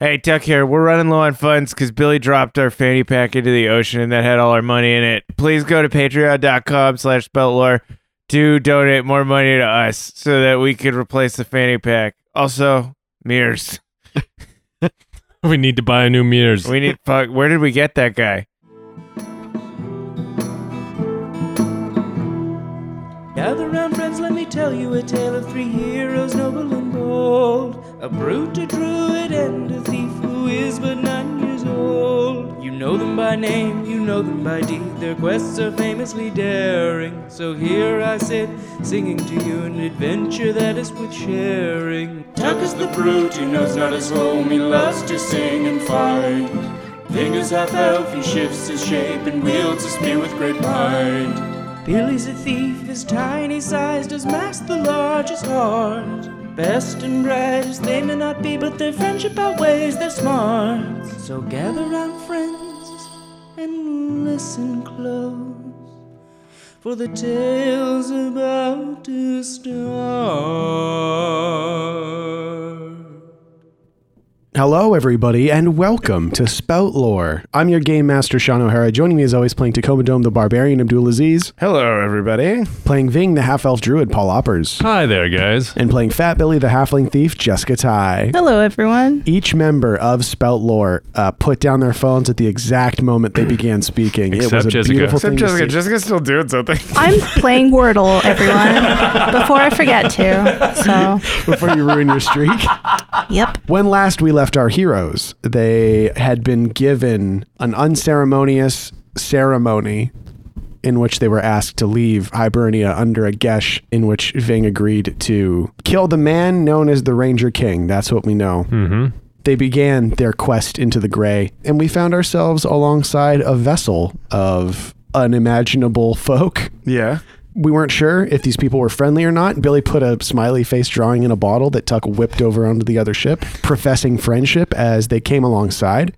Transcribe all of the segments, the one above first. Hey, Tuck here. We're running low on funds because Billy dropped our fanny pack into the ocean and that had all our money in it. Please go to patreon.com slash beltlore to donate more money to us so that we could replace the fanny pack. Also, mirrors. We need to buy new mirrors. We need fuck. Where did we get that guy? Gather round, friends, let me tell you a tale of three heroes, noble and bold. A brute, a druid, and a thief who is but nine years old. You know them by name, you know them by deed. Their quests are famously daring. So here I sit, singing to you an adventure that is worth sharing. Tuck is the brute, he knows not his home, he loves to sing and fight. Fingers half elf, he shifts his shape and wields a spear with great might. Billy's a thief, his tiny size does mask the largest heart. Best and brightest they may not be, but their friendship outweighs their smarts. So gather round, friends, and listen close, for the tale's about to start. Hello, everybody, and welcome to Spout Lore. I'm your game master, Sean O'Hara. Joining me, as always, playing Tacoma Dome the Barbarian, Abdulaziz, Hello, everybody. playing Ving the Half Elf Druid, Paul Oppers, Hi there, guys. and playing Fat Billy the Halfling Thief, Jessica Ty. Hello, everyone. Each member of Spout Lore uh, put down their phones at the exact moment they began speaking. it was Except a Jessica. beautiful Except thing to Jessica. see. Jessica's still doing something. I'm playing Wordle, everyone, before I forget to. So, before you ruin your streak. yep. When last we left our heroes, they had been given an unceremonious ceremony in which they were asked to leave Hibernia under a gesh in which Ving agreed to kill the man known as the Ranger King. That's what we know. Mm-hmm. They began their quest into the gray, and we found ourselves alongside a vessel of unimaginable folk Yeah. we weren't sure if these people were friendly or not. Billy put a smiley face drawing in a bottle that Tuck whipped over onto the other ship, professing friendship as they came alongside,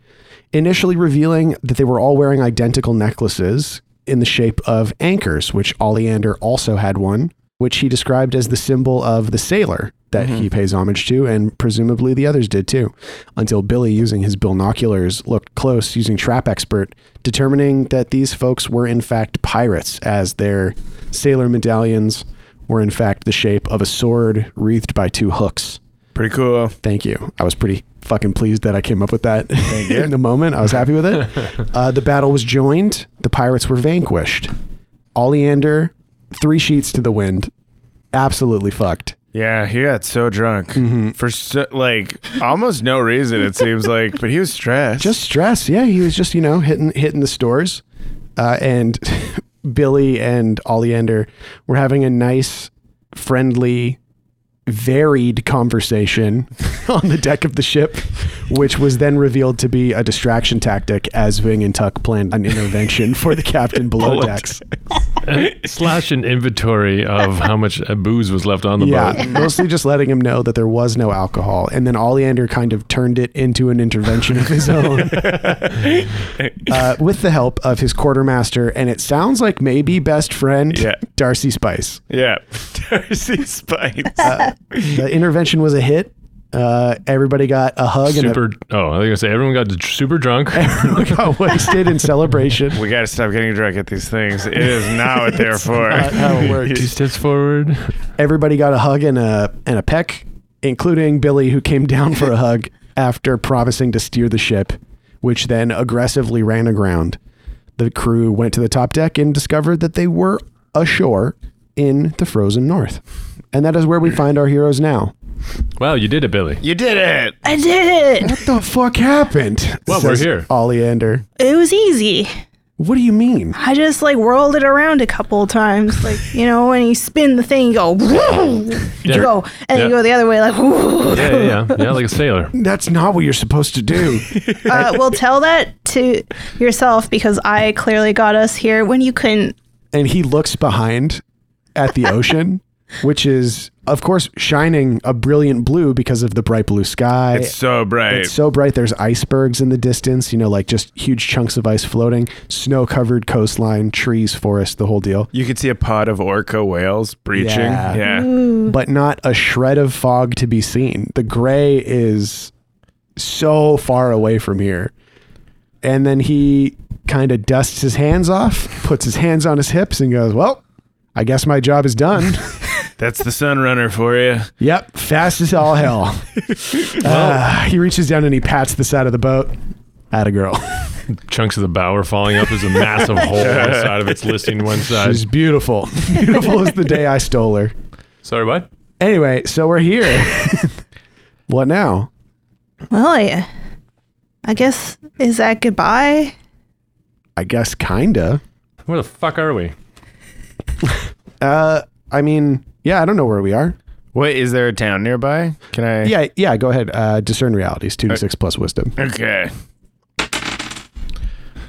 initially revealing that they were all wearing identical necklaces in the shape of anchors, which Oleander also had one, which he described as the symbol of the sailor that he pays homage to, and presumably the others did too, until Billy, using his binoculars, looked close using Trap Expert, determining that these folks were in fact pirates, as their sailor medallions were in fact the shape of a sword wreathed by two hooks. Pretty cool. Thank you. I was pretty fucking pleased that I came up with that in the moment. I was happy with it. Uh, the battle was joined. The pirates were vanquished. Oleander, three sheets to the wind, absolutely fucked. Yeah, he got so drunk for so, like almost no reason. It seems like, but he was stressed. Just stress. Yeah, he was just you know hitting hitting the stores, uh, and Billy and Oleander were having a nice, friendly, varied conversation on the deck of the ship, which was then revealed to be a distraction tactic as Ving and Tuck planned an intervention for the captain below decks. Uh, Slash an inventory of how much uh, booze was left on the Yeah, boat. mostly just letting him know that there was no alcohol, and then Oleander kind of turned it into an intervention of his own, uh, with the help of his quartermaster, and it sounds like maybe best friend Yeah. Darcy Spice. yeah, Darcy Spice. The intervention was a hit. Uh, everybody got a hug Super. Oh, I was gonna say everyone got d- super drunk. and a, got wasted in celebration. we gotta stop getting drunk at these things. It is not what they're for. Not how it works. Two steps forward. everybody got a hug and a and a peck, including Billy, who came down for a hug after promising to steer the ship, which then aggressively ran aground. The crew went to the top deck and discovered that they were ashore in the frozen north. And that is where we find our heroes now. Wow, you did it, Billy. You did it. I did it. What the fuck happened? Well, we're says here. Oleander. It was easy. What do you mean? I just like whirled it around a couple of times. Like, you know, when you spin the thing, you go, woo, Yeah. you go, and Yeah. you go the other way, like, woo. Yeah, yeah, yeah, yeah, like a sailor. That's not what you're supposed to do. Uh, well, tell that to yourself because I clearly got us here when you couldn't. and he looks behind at the ocean, which is, of course, shining a brilliant blue because of the bright blue sky. It's so bright. It's so bright. There's icebergs in the distance, you know, like just huge chunks of ice floating, snow covered coastline, trees, forest, the whole deal. you could see a pod of orca whales breaching. Yeah. Yeah. But not a shred of fog to be seen. The gray is so far away from here. And then he kind of dusts his hands off, puts his hands on his hips, and goes, Well, I guess my job is done. That's the sun runner for you. yep, fast as all hell. Ah, he reaches down and he pats the side of the boat. At a girl. Chunks of the bow are falling up. There's a massive hole on the side of its listing one side. She's beautiful. Beautiful as the day I stole her. Sorry, what? Anyway, so we're here. what now? Well, yeah. I guess is that goodbye? I guess kinda. Where the fuck are we? Uh, I mean, yeah, I don't know where we are. Wait, is there a town nearby? Can I? Yeah, yeah. Go ahead. Uh, discern realities. Two to six plus wisdom. Okay.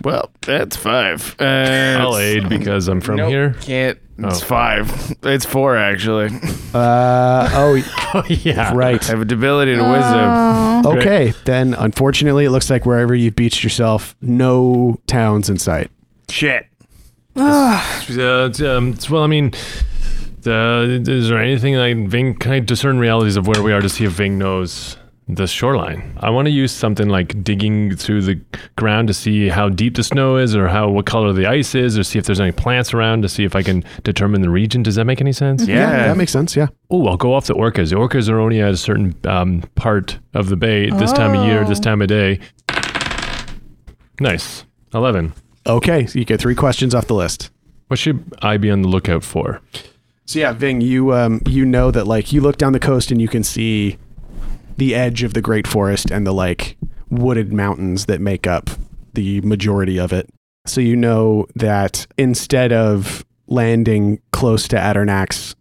Well, that's five. Uh, I'll it's- aid because I'm from nope, here. Can't. It's Oh. five. It's four actually. Uh, oh, Oh yeah, I right. have a debility to wisdom. Okay, then. Unfortunately, it looks like wherever you beached yourself, no towns in sight. Shit. Uh, it's, um, it's- well, I mean, uh, is there anything I can Ving? Can I discern realities of where we are to see if Ving knows the shoreline? I want to use something like digging through the ground to see how deep the snow is, or how what color the ice is, or see if there's any plants around to see if I can determine the region. Does that make any sense? Yeah. that makes sense. Yeah. Oh, I'll go off the orcas. The orcas are only at a certain um, part of the bay this time of year, this time of day. Nice. 11. Okay, so you get three questions off the list. What should I be on the lookout for? So yeah, Ving, you um, you know that like you look down the coast and you can see the edge of the Great Forest and the like wooded mountains that make up the majority of it. So you know that instead of landing close to Adarnax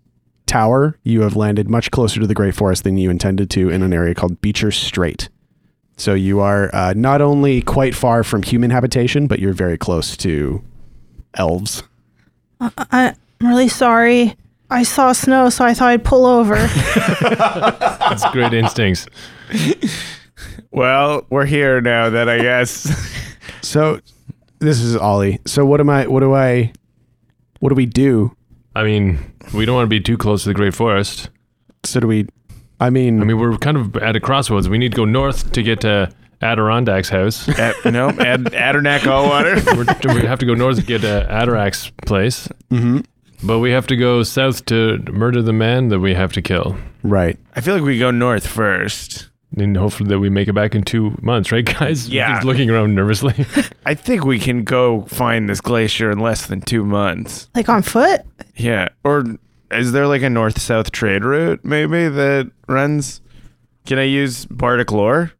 Tower, you have landed much closer to the Great Forest than you intended to in an area called Beecher Strait. So you are uh, not only quite far from human habitation, but you're very close to elves. I, I'm really sorry. I saw snow, so I thought I'd pull over. That's great instincts. Well, we're here now. Then I guess. So this is Ollie. So what am I what do I what do we do? I mean, we don't want to be too close to the Great Forest. So do we I mean, I mean, we're kind of at a crossroads. We need to go north to get to Adirondack's house. Ad, no, Ad, Adarnak all water. We're, we have to go north to get to Adirondack's place. Mm-hmm. But we have to go south to murder the man that we have to kill. right. I feel like we go north first. And hopefully that we make it back in two months, right, guys? Yeah. He's looking around nervously. I think we can go find this glacier in less than two months. like on foot? Yeah. Or is there like a north south trade route maybe that runs? Can I use bardic lore?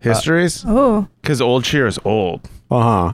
Histories? Oh, Because Old Shear is old. Uh-huh.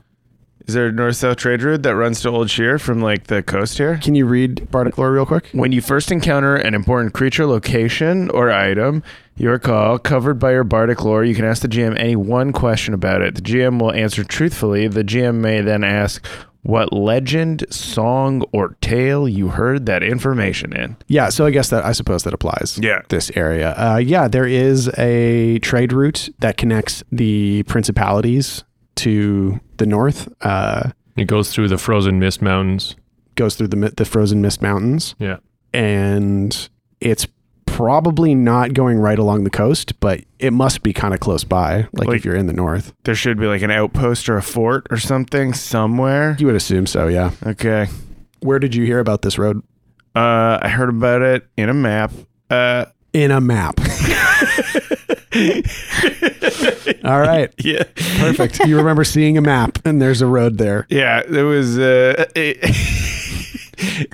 Is there a north south trade route that runs to Old Shear from like the coast here? Can you read Bardic lore real quick? When you first encounter an important creature, location, or item, your call, covered by your bardic lore, you can ask the GM any one question about it. The GM will answer truthfully. The GM may then ask what legend, song, or tale you heard that information in. Yeah, so I guess that I suppose that applies. Yeah. This area. Uh yeah, there is a trade route that connects the principalities to the north. Uh it goes through the frozen mist mountains. goes through the mi- the frozen mist mountains. Yeah. and it's probably not going right along the coast, but it must be kind of close by. Like, Like- if you're in the north, There should be like an outpost or a fort or something somewhere. you would assume so. Yeah. Okay. Where did you hear about this road? Uh, I heard about it in a map. Uh, In a map. All right. yeah. Perfect. You remember seeing a map and there's a road there. Yeah, there was. Uh, it-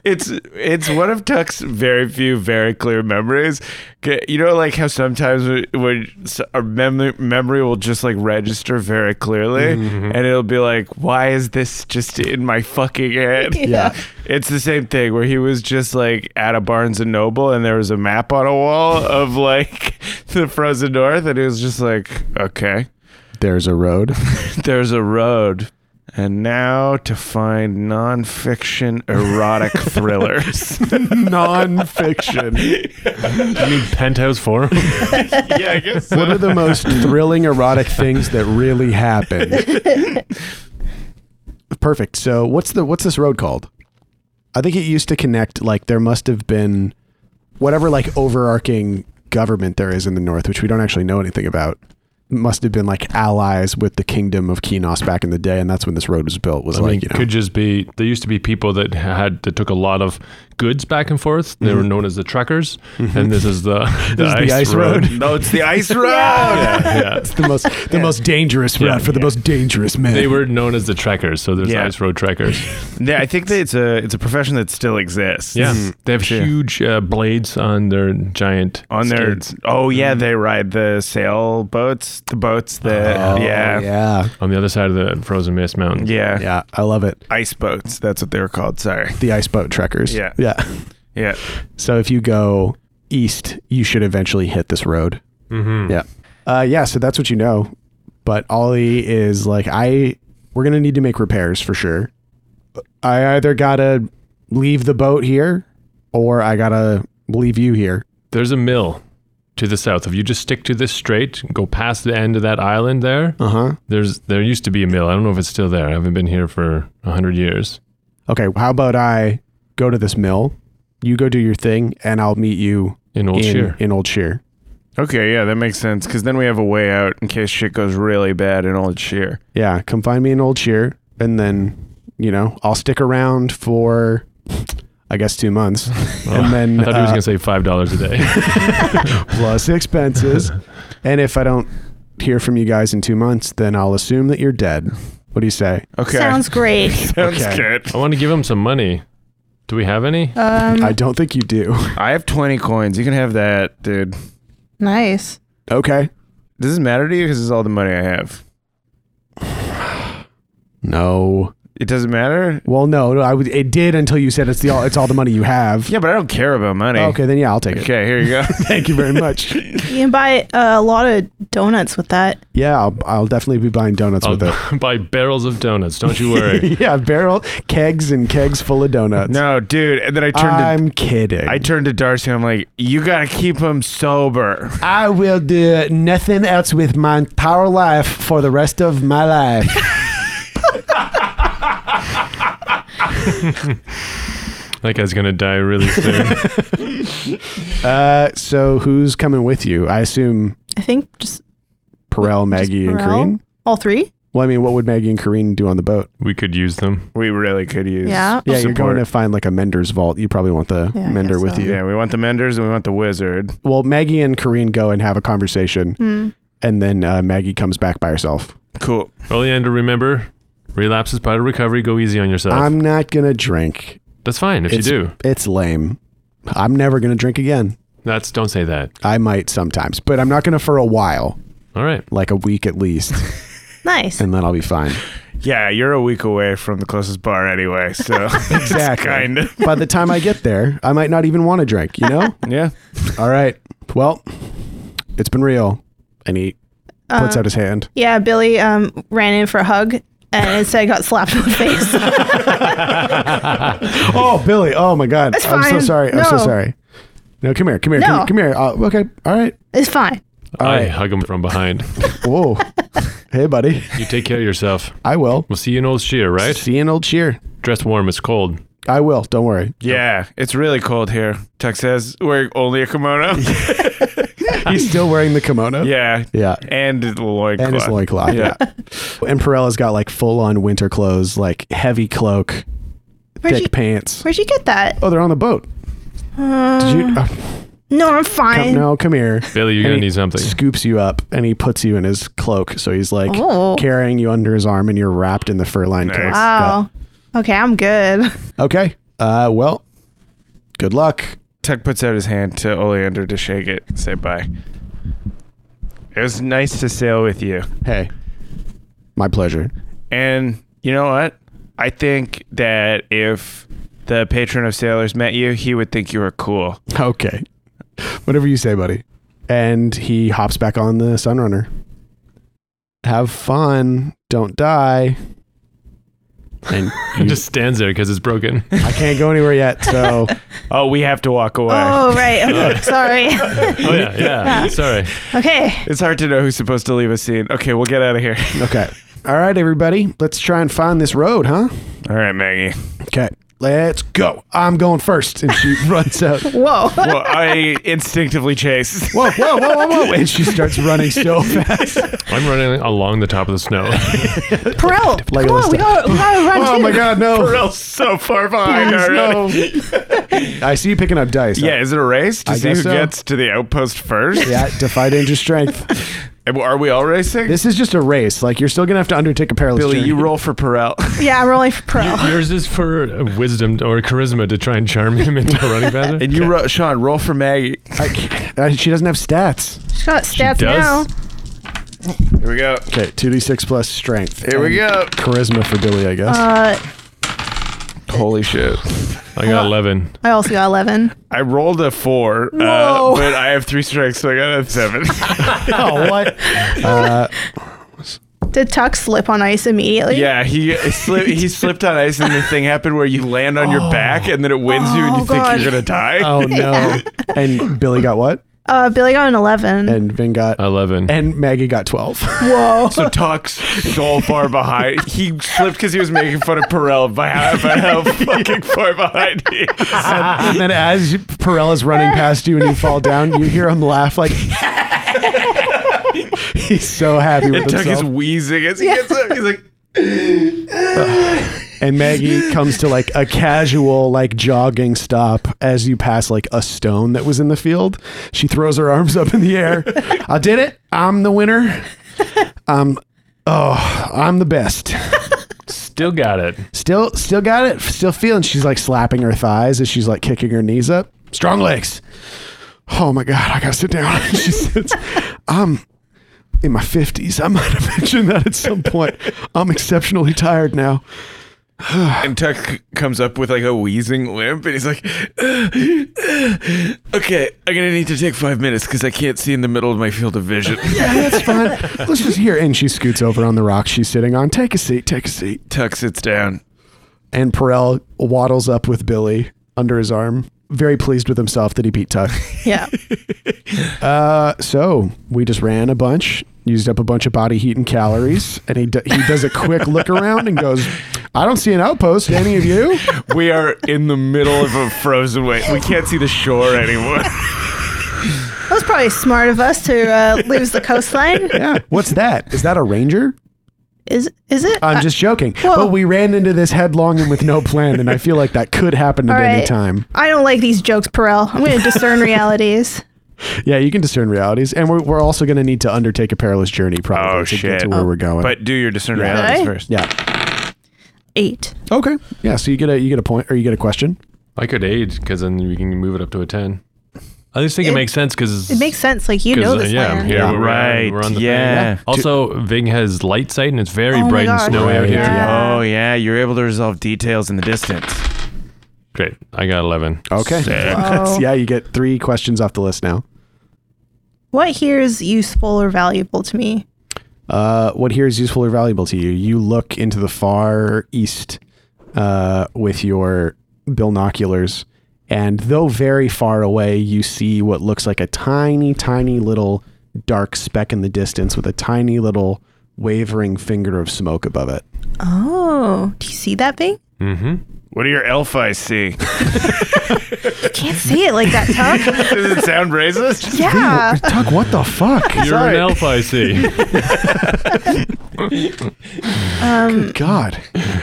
it's it's one of Tuck's very few very clear memories. 'Kay, You know, like how sometimes we- when s- our memory memory will just like register very clearly, and it'll be like, "Why is this just in my fucking head?" Yeah. It's the same thing where he was just like at a Barnes and Noble and there was a map on a wall of like the frozen north and he was just like, okay, There's a road. there's a road. And now to find nonfiction erotic thrillers. Nonfiction. You mean penthouse four? yeah, I guess so. What are the most thrilling erotic things that really happen? Perfect. So what's the what's this road called? I think it used to connect like there must have been whatever like overarching government there is in the north, which we don't actually know anything about. must have been like allies with the kingdom of Kinos back in the day, and that's when this road was built. Was I mean, like you it know, could just be there used to be people that had that took a lot of goods back and forth. They were known as the truckers, and this is the the, Mm-hmm. is the ice road. No, it's the ice road. yeah. it's the most the most dangerous route Yeah. for the most dangerous men. They were known as the trekkers, so there's Yeah. ice road trekkers. Yeah, I think that it's a it's a profession that still exists. Yeah, Mm-hmm. they have Sure. huge uh, blades on their giant On their skates. oh yeah, they ride the sailboats, the boats that Oh, yeah, yeah Oh, yeah, on the other side of the frozen mist mountain. yeah. I love it. ice boats. That's what they were called. Sorry. The ice boat trekkers. Yeah. yeah. Yeah. So if you go east, you should eventually hit this road. Mm-hmm. Yeah. Uh, yeah. So that's what you know. But Ollie is like, I we're gonna need to make repairs for sure. I either gotta leave the boat here, or I gotta leave you here. There's a mill to the south. If you just stick to this straight, go past the end of that island there. Uh huh. There's there used to be a mill. I don't know if it's still there. I haven't been here for a hundred years. Okay. How about I go to this mill? You go do your thing, and I'll meet you In Old in, Shear. in Old Shear. Okay, yeah, that makes sense because then we have a way out in case shit goes really bad in old sheer. Yeah, come find me in Old Shear, and then you know I'll stick around for, I guess, two months, and then Oh. I thought he was uh, gonna say five dollars a day. plus expenses. and if I don't hear from you guys in two months, then I'll assume that you're dead. What do you say? Okay, Sounds great. Sounds okay. good. I want to give him some money. Do we have any? Mm-hmm. Um, I don't think you do. I have twenty coins. You can have that, dude. nice. okay. Does this matter to you? Because it's all the money I have. No. It doesn't matter. Well, no. no, I would. It did until you said it's the all. It's all the money you have. Yeah, but I don't care about money. Oh, Okay, then yeah, I'll take it. Okay, here you go. Thank you very much. You can buy uh, a lot of donuts with that. yeah, I'll, I'll definitely be buying Oh, donuts I'll with it. buy barrels of donuts. Don't you worry. yeah, barrel kegs and kegs full of donuts. no, dude. And then I turned. to, I'm kidding. I turned to Darcy. I'm like, you gotta keep him sober. I will do nothing else with my entire life for the rest of my life. that guy's gonna die really soon. uh, so who's coming with you? I assume I think just Perel, just Maggie, and Morel? Kareen. All three? Well, I mean, what would Maggie and Kareen do on the boat? we could use them. We really could use. Yeah. Yeah, you're support. going to find like a mender's vault. You probably want the Yeah, I mender guess with so. you. Yeah, we want the menders and we want the wizard. Well, Maggie and Kareen go and have a conversation, Hmm. and then uh, Maggie comes back by herself. Cool. Oleander, remember, relapse is part of recovery. Go easy on yourself. I'm not gonna drink. That's fine if you It's, do. it's lame. I'm never gonna drink again. That's don't say that. I might sometimes, but I'm not gonna for a while, All right. like a week at least, Nice. and then I'll be fine. Yeah, you're a week away from the closest bar anyway, so Exactly. kind of. By the time I get there, I might not even want to drink, you know? Yeah. All right. Well, it's been real. And he Uh, puts out his hand. Yeah, Billy um, ran in for a hug and instead got slapped in the face. Oh, Billy. Oh, my God. It's I'm so fine. sorry. I'm so No. sorry. No, come here. Come here. No. Come, come here. Uh, okay. All right. it's fine. All I right. hug him from behind. Whoa. hey, buddy. You take care of yourself. I will. We'll see you in Old Shear, right? See you in old cheer. Dress warm. It's cold. I will. Don't worry. Yeah, it's really cold here. Tuck says wearing only a kimono. He's still wearing the kimono. yeah. Yeah. And the loincloth. And his loincloth. Yeah. and Perella's got like full on winter clothes, like heavy cloak, Where'd thick you, pants. where'd you get that? Oh, they're on the boat. Did you? uh, No, come, I'm fine. no, come here. Billy, you're And gonna he need something. Scoops you up and he puts you in his cloak. So he's like Oh. carrying you under his arm and you're wrapped in the fur lined Nice. cloak. Wow. Oh. Okay, I'm good. Yeah. Okay. Uh, well, good luck. Tuck puts out his hand to Oleander to shake it and say bye. It was nice to sail with you. Hey, my pleasure. And you know what? I think that if the patron of sailors met you, he would think you were cool. Okay. Whatever you say, buddy. And he hops back on the Sunrunner. Have fun. Don't die. And It just stands there because it's broken. Oh, I can't go anywhere yet. So Oh, we have to walk away. Oh, right. Okay, sorry. Oh yeah, yeah. Sorry. okay. It's hard to know who's supposed to leave a scene. Okay, we'll get out of here. okay. All right, everybody. Let's try and find this road, huh? All right, Maggie. Okay. let's go. I'm going first. And she runs out. Whoa. Well, I instinctively chase. Whoa, whoa, whoa, whoa, whoa. And she starts running so fast. I'm running along the top of the snow. Perel, Legolas come on, style. we gotta, we gotta run Oh too. my God, no. Perel's so far behind No. I see you picking up dice. Yeah, is it a race to I see who guess so. gets to the outpost first? Yeah, defy danger strength. Are we all racing? This is just a race. Like, you're still going to have to undertake a perilous Billy, journey. you roll for Perel. Yeah, I'm rolling for Perel. Yours is for wisdom or charisma to try and charm him into running faster. And you, ro- Sean, roll for Maggie. I can't- uh, she doesn't have stats. She's got stats now. does? Here we go. Okay, 2d6 plus strength. Here we go. Charisma for Billy, I guess. Uh, Holy shit. I got 11. I also got 11. I rolled a four, uh, Whoa. but I have three strikes, so I got a seven. oh, what? Uh, Did Tuck slip on ice immediately? yeah, he slipped. He slipped on ice, and the thing happened where you land on your back, and then it wins you, and Oh, you God. think you're gonna die. Oh, no. And Billy got what? Uh, Billy got an 11. And Vin got. 11. And Maggie got 12. Whoa. So Tuck's so far behind. He slipped because he was making fun of Perel by how, by how fucking far behind he is. and then as Perel is running past you and you fall down, you hear him laugh like he's so happy with And Tuck is himself. wheezing as he gets up. He's like, and Maggie comes to like a casual like jogging stop as you pass like a stone that was in the field. She throws her arms up in the air. I did it. I'm the winner. Um oh, I'm the best. Still got it. Still still got it. Still feeling. She's like slapping her thighs as she's like kicking her knees up. Strong legs. Oh my god, I gotta sit down. she sits. I'm in my fifties. I might have mentioned that at some point. I'm exceptionally tired now. and Tuck comes up with like a wheezing limp, and he's like, "Okay, I'm gonna need to take five minutes because I can't see in the middle of my field of vision." Yeah, that's fine. Let's just hear. And she scoots over on the rock she's sitting on. Take a seat. Take a seat. Tuck sits down. And Perel waddles up with Billy under his arm, very pleased with himself that he beat Tuck. yeah. Uh, so we just ran a bunch, used up a bunch of body heat and calories, and he d- he does a quick look around and goes, "I don't see an outpost. Any of you?" We are in the middle of a frozen way. We can't see the shore anymore. That was probably smart of us to uh, lose the coastline. Yeah. What's that? Is that a ranger? Is is it? I'm Uh, just joking. Whoa. But we ran into this headlong and with no plan, and I feel like that could happen at All any right. time. I don't like these jokes, Perel. I'm going to discern realities. Yeah, you can discern realities, and we're, we're also going to need to undertake a perilous journey probably Oh, to shit. get to where we're going. But do your discern Yeah. realities Okay. first. yeah. Eight. Okay. Yeah. So you get a you get a point or you get a question. I could aid because then we can move it up to a 10. I just think it, It- makes sense because It makes sense. Like, you know this uh, yeah, I'm land. here. Yeah, we're, right, We're on the yeah. thing. Also, Ving has light sight and it's very Oh my bright and gosh, snowy out Right, here. yeah. Oh yeah, you're able to resolve details in the distance. Great. I got 11. Okay. Wow. yeah, you get three questions off the list now. What here is useful or valuable to me? Uh, what here is useful or valuable to you? You look into the far east uh, with your binoculars, and though very far away, you see what looks like a tiny, tiny little dark speck in the distance with a tiny little wavering finger of smoke above it. Oh, do you see that thing? Mm-hmm. What do your elf eyes see? You can't see it like that, Tuck. Does it sound racist? Yeah. Tuck, what the fuck? You're an elf, I see. um, God.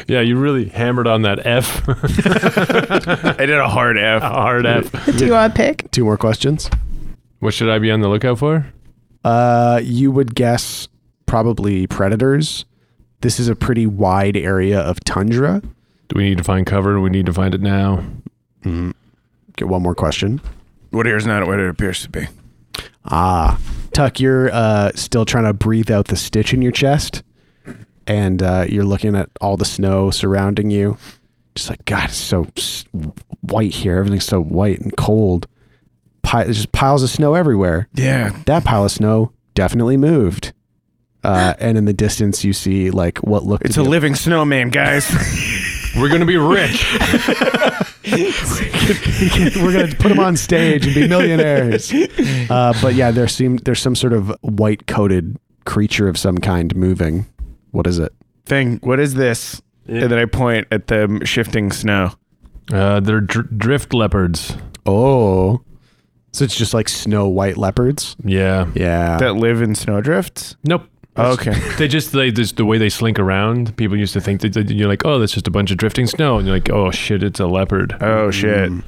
yeah, you really hammered on that F. I did a hard F. Hard F. Do you want to pick? Two more questions. What should I be on the lookout for? Uh, you would guess probably predators. This is a pretty wide area of tundra. Do we need to find cover? We need to find it now. Mm-hmm. Get one more question. What here's not what it appears to be. Ah, Tuck, you're uh, still trying to breathe out the stitch in your chest, and uh, you're looking at all the snow surrounding you. Just like God, it's so s- white here. Everything's so white and cold. Pi- there's just piles of snow everywhere. Yeah. That pile of snow definitely moved. Uh, and in the distance, you see like what looked. It's to a be living snowman, guys. We're going to be rich. We're gonna put them on stage and be millionaires. Uh, but yeah, there seemed there's some sort of white coated creature of some kind moving. What is it? Thing, what is this? And then I point at the shifting snow. Uh, they're dr- drift leopards. Oh. So it's just like snow white leopards? Yeah. Yeah. that live in snowdrifts. Nope. Okay. They just they just the way they slink around. People used to think that that you're like, oh, that's just a bunch of drifting snow, and you're like, oh shit, it's a leopard. Oh shit. Mm.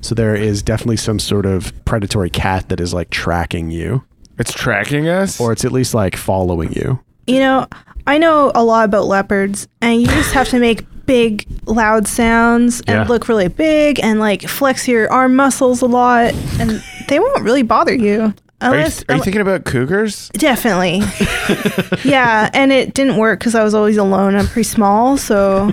so there is definitely some sort of predatory cat that is like tracking you, It's tracking us. or it's at least like following you. You know, I know a lot about leopards, and you just have to make big, loud sounds and Yeah. look really big and like flex your arm muscles a lot, and they won't really bother you. are, you, Unless, are you thinking about cougars? definitely, yeah. And it didn't work because I was always alone. I'm pretty small, so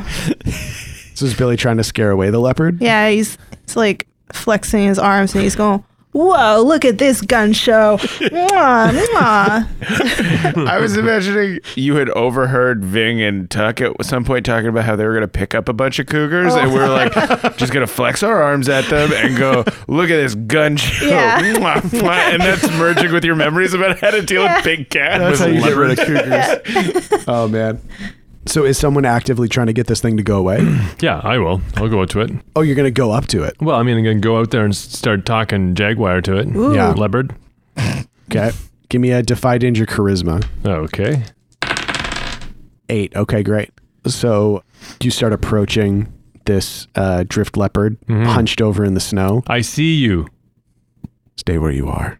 So is Billy trying to scare away the leopard? yeah. He's it's like flexing his arms, and he's going. Whoa! Look at this gun show. Mwah, mwah. I was imagining you had overheard Ving and Tuck at some point talking about how they were going to pick up a bunch of cougars, and we were like, Oh. just going to flex our arms at them and go, look at this gun show. Yeah. Mwah, mwah. and that's merging with your memories about how to deal Yeah. with big cat. with That's how you get rid leopards. of cougars. oh man. So is someone actively trying to get this thing to go away? Yeah, I will. I'll go up to it. Oh, you're gonna go up to it. Well, I mean, I'm gonna go out there and s- start talking jaguar to it. Yeah. leopard. Okay. Give me a defy danger charisma. Okay. Eight. Okay, great. So you start approaching this uh, drift leopard, hunched over in the snow. I see you. Stay where you are.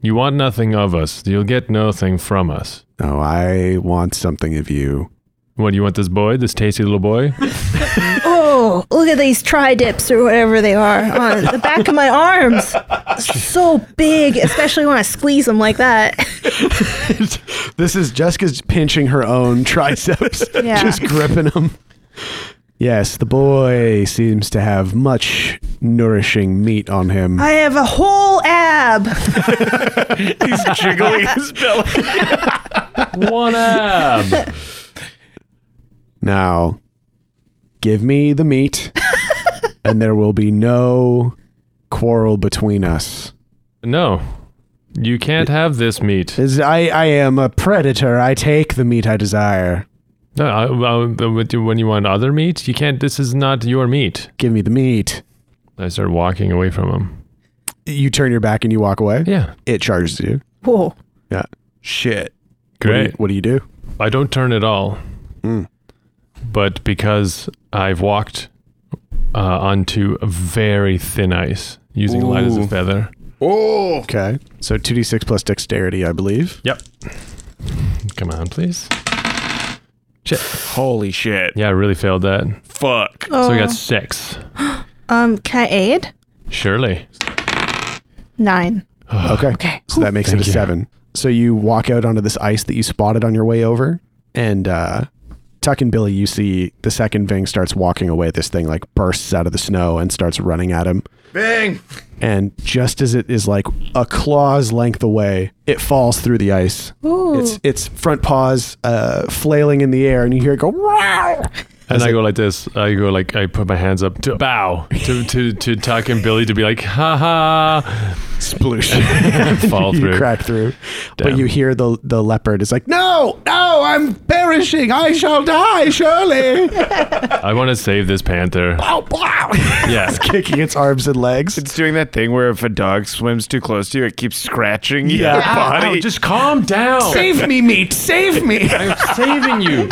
You want nothing of us. You'll get nothing from us. Oh, I want something of you. What, you want this boy, this tasty little boy? Oh, look at these tri dips or whatever they are on the back of my arms. So big, especially when I squeeze them like that. This is Jessica's pinching her own triceps, Yeah. just gripping them. Yes, the boy seems to have much nourishing meat on him. I have a whole ab. He's jiggling his belly. One ab. Now, give me the meat, and there will be no quarrel between us. No. You can't have this meat. 'Tis I, I am a predator. I take the meat I desire. No, I, I, but when you want other meat, you can't. This is not your meat. Give me the meat. I start walking away from him. You turn your back and you walk away. Yeah. It charges you. Whoa. Yeah. Shit. Great. What do you do? I don't turn at all. But because I've walked uh, onto very thin ice using light as a Ooh. feather. Oh. Okay. So 2d6 plus dexterity, I believe. Yep. Come on, please. Shit. Holy shit. Yeah, I really failed that. Fuck. Oh. So we got six. um, can I aid? Surely. Nine. Okay. okay. So that makes it a Thank you. seven. So you walk out onto this ice that you spotted on your way over, and uh, Tuck and Billy, you see the second Ving starts walking away. This thing like bursts out of the snow and starts running at him. Bang. And just as it is like a claw's length away, it falls through the ice. It's its front paws uh, flailing in the air, and you hear it go. Wow! And I go like this. I go like I put my hands up to bow to to to Tuck and Billy to be like ha ha Sploosh! and fall you through. crack through, but Damn. you hear the the leopard is like, "No, no, I'm perishing! I shall die, surely!" I want to save this panther. Wow, wow. Yeah. kicking its arms and legs. It's doing that thing where if a dog swims too close to you, it keeps scratching your body. Ow, Oh, just calm down. Save me, meat! Save me! I'm saving you.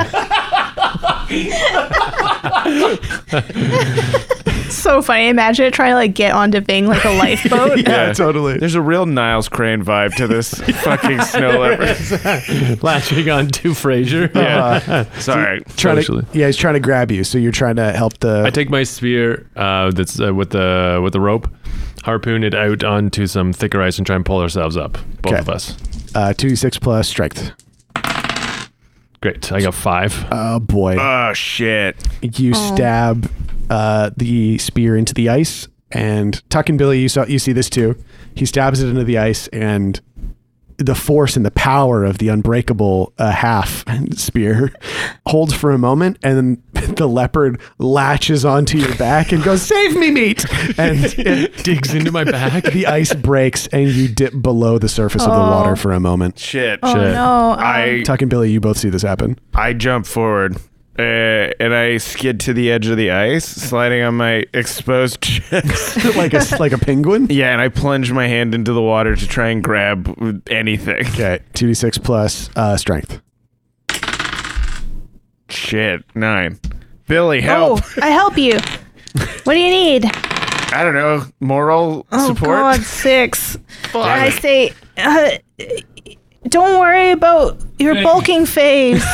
So funny. Imagine it trying to like get onto Ving like a lifeboat. yeah, totally. There's a real Niles Crane vibe to this fucking snow leopard. Latching on to Fraser. Yeah. Sorry. Trying to, Totally. yeah, he's trying to grab you, so you're trying to help the. I take my spear uh, that's uh, with the with the rope, harpoon it out onto some thicker ice and try and pull ourselves up, both Okay. of us. uh, two six plus strength. Great. I got five. Oh boy! Oh shit. you stab uh, the spear into the ice, and Tuck and Billy, you saw you see this too. He stabs it into the ice, and the force and the power of the unbreakable uh, half spear holds for a moment, and then the leopard latches onto your back and goes, "Save me, meat!" and it Digs into my back. the ice breaks and you dip below the surface of the water for a moment. Shit. Oh Shit. no. Um, I Tuck and Billy, you both see this happen. I jump forward uh, and I skid to the edge of the ice, sliding on my exposed chest. like a like a penguin. yeah, and I plunge my hand into the water to try and grab anything. Okay, two d six plus uh, strength. Shit, nine. Billy, help! Oh, I help you. What do you need? I don't know. Moral Oh support. God, six. Fuck. I say, uh, don't worry about your bulking phase.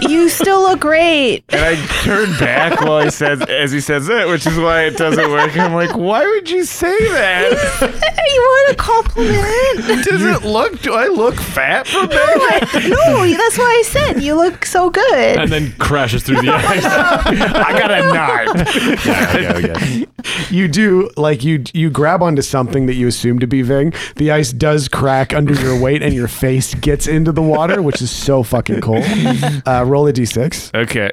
you still look great. And I turn back while he says, as he says it, which is why it doesn't work. I'm like, why would you say that? you want a compliment? Does it look? Do I look fat from no, that? I- no, that's why I said you look so good. and then crashes through the ice. I got a nine. You do like you you grab onto something that you assume to be Ving. The ice does crack under your weight, and your face gets into the water, which is so fucking cool. Uh, roll a d6. Okay.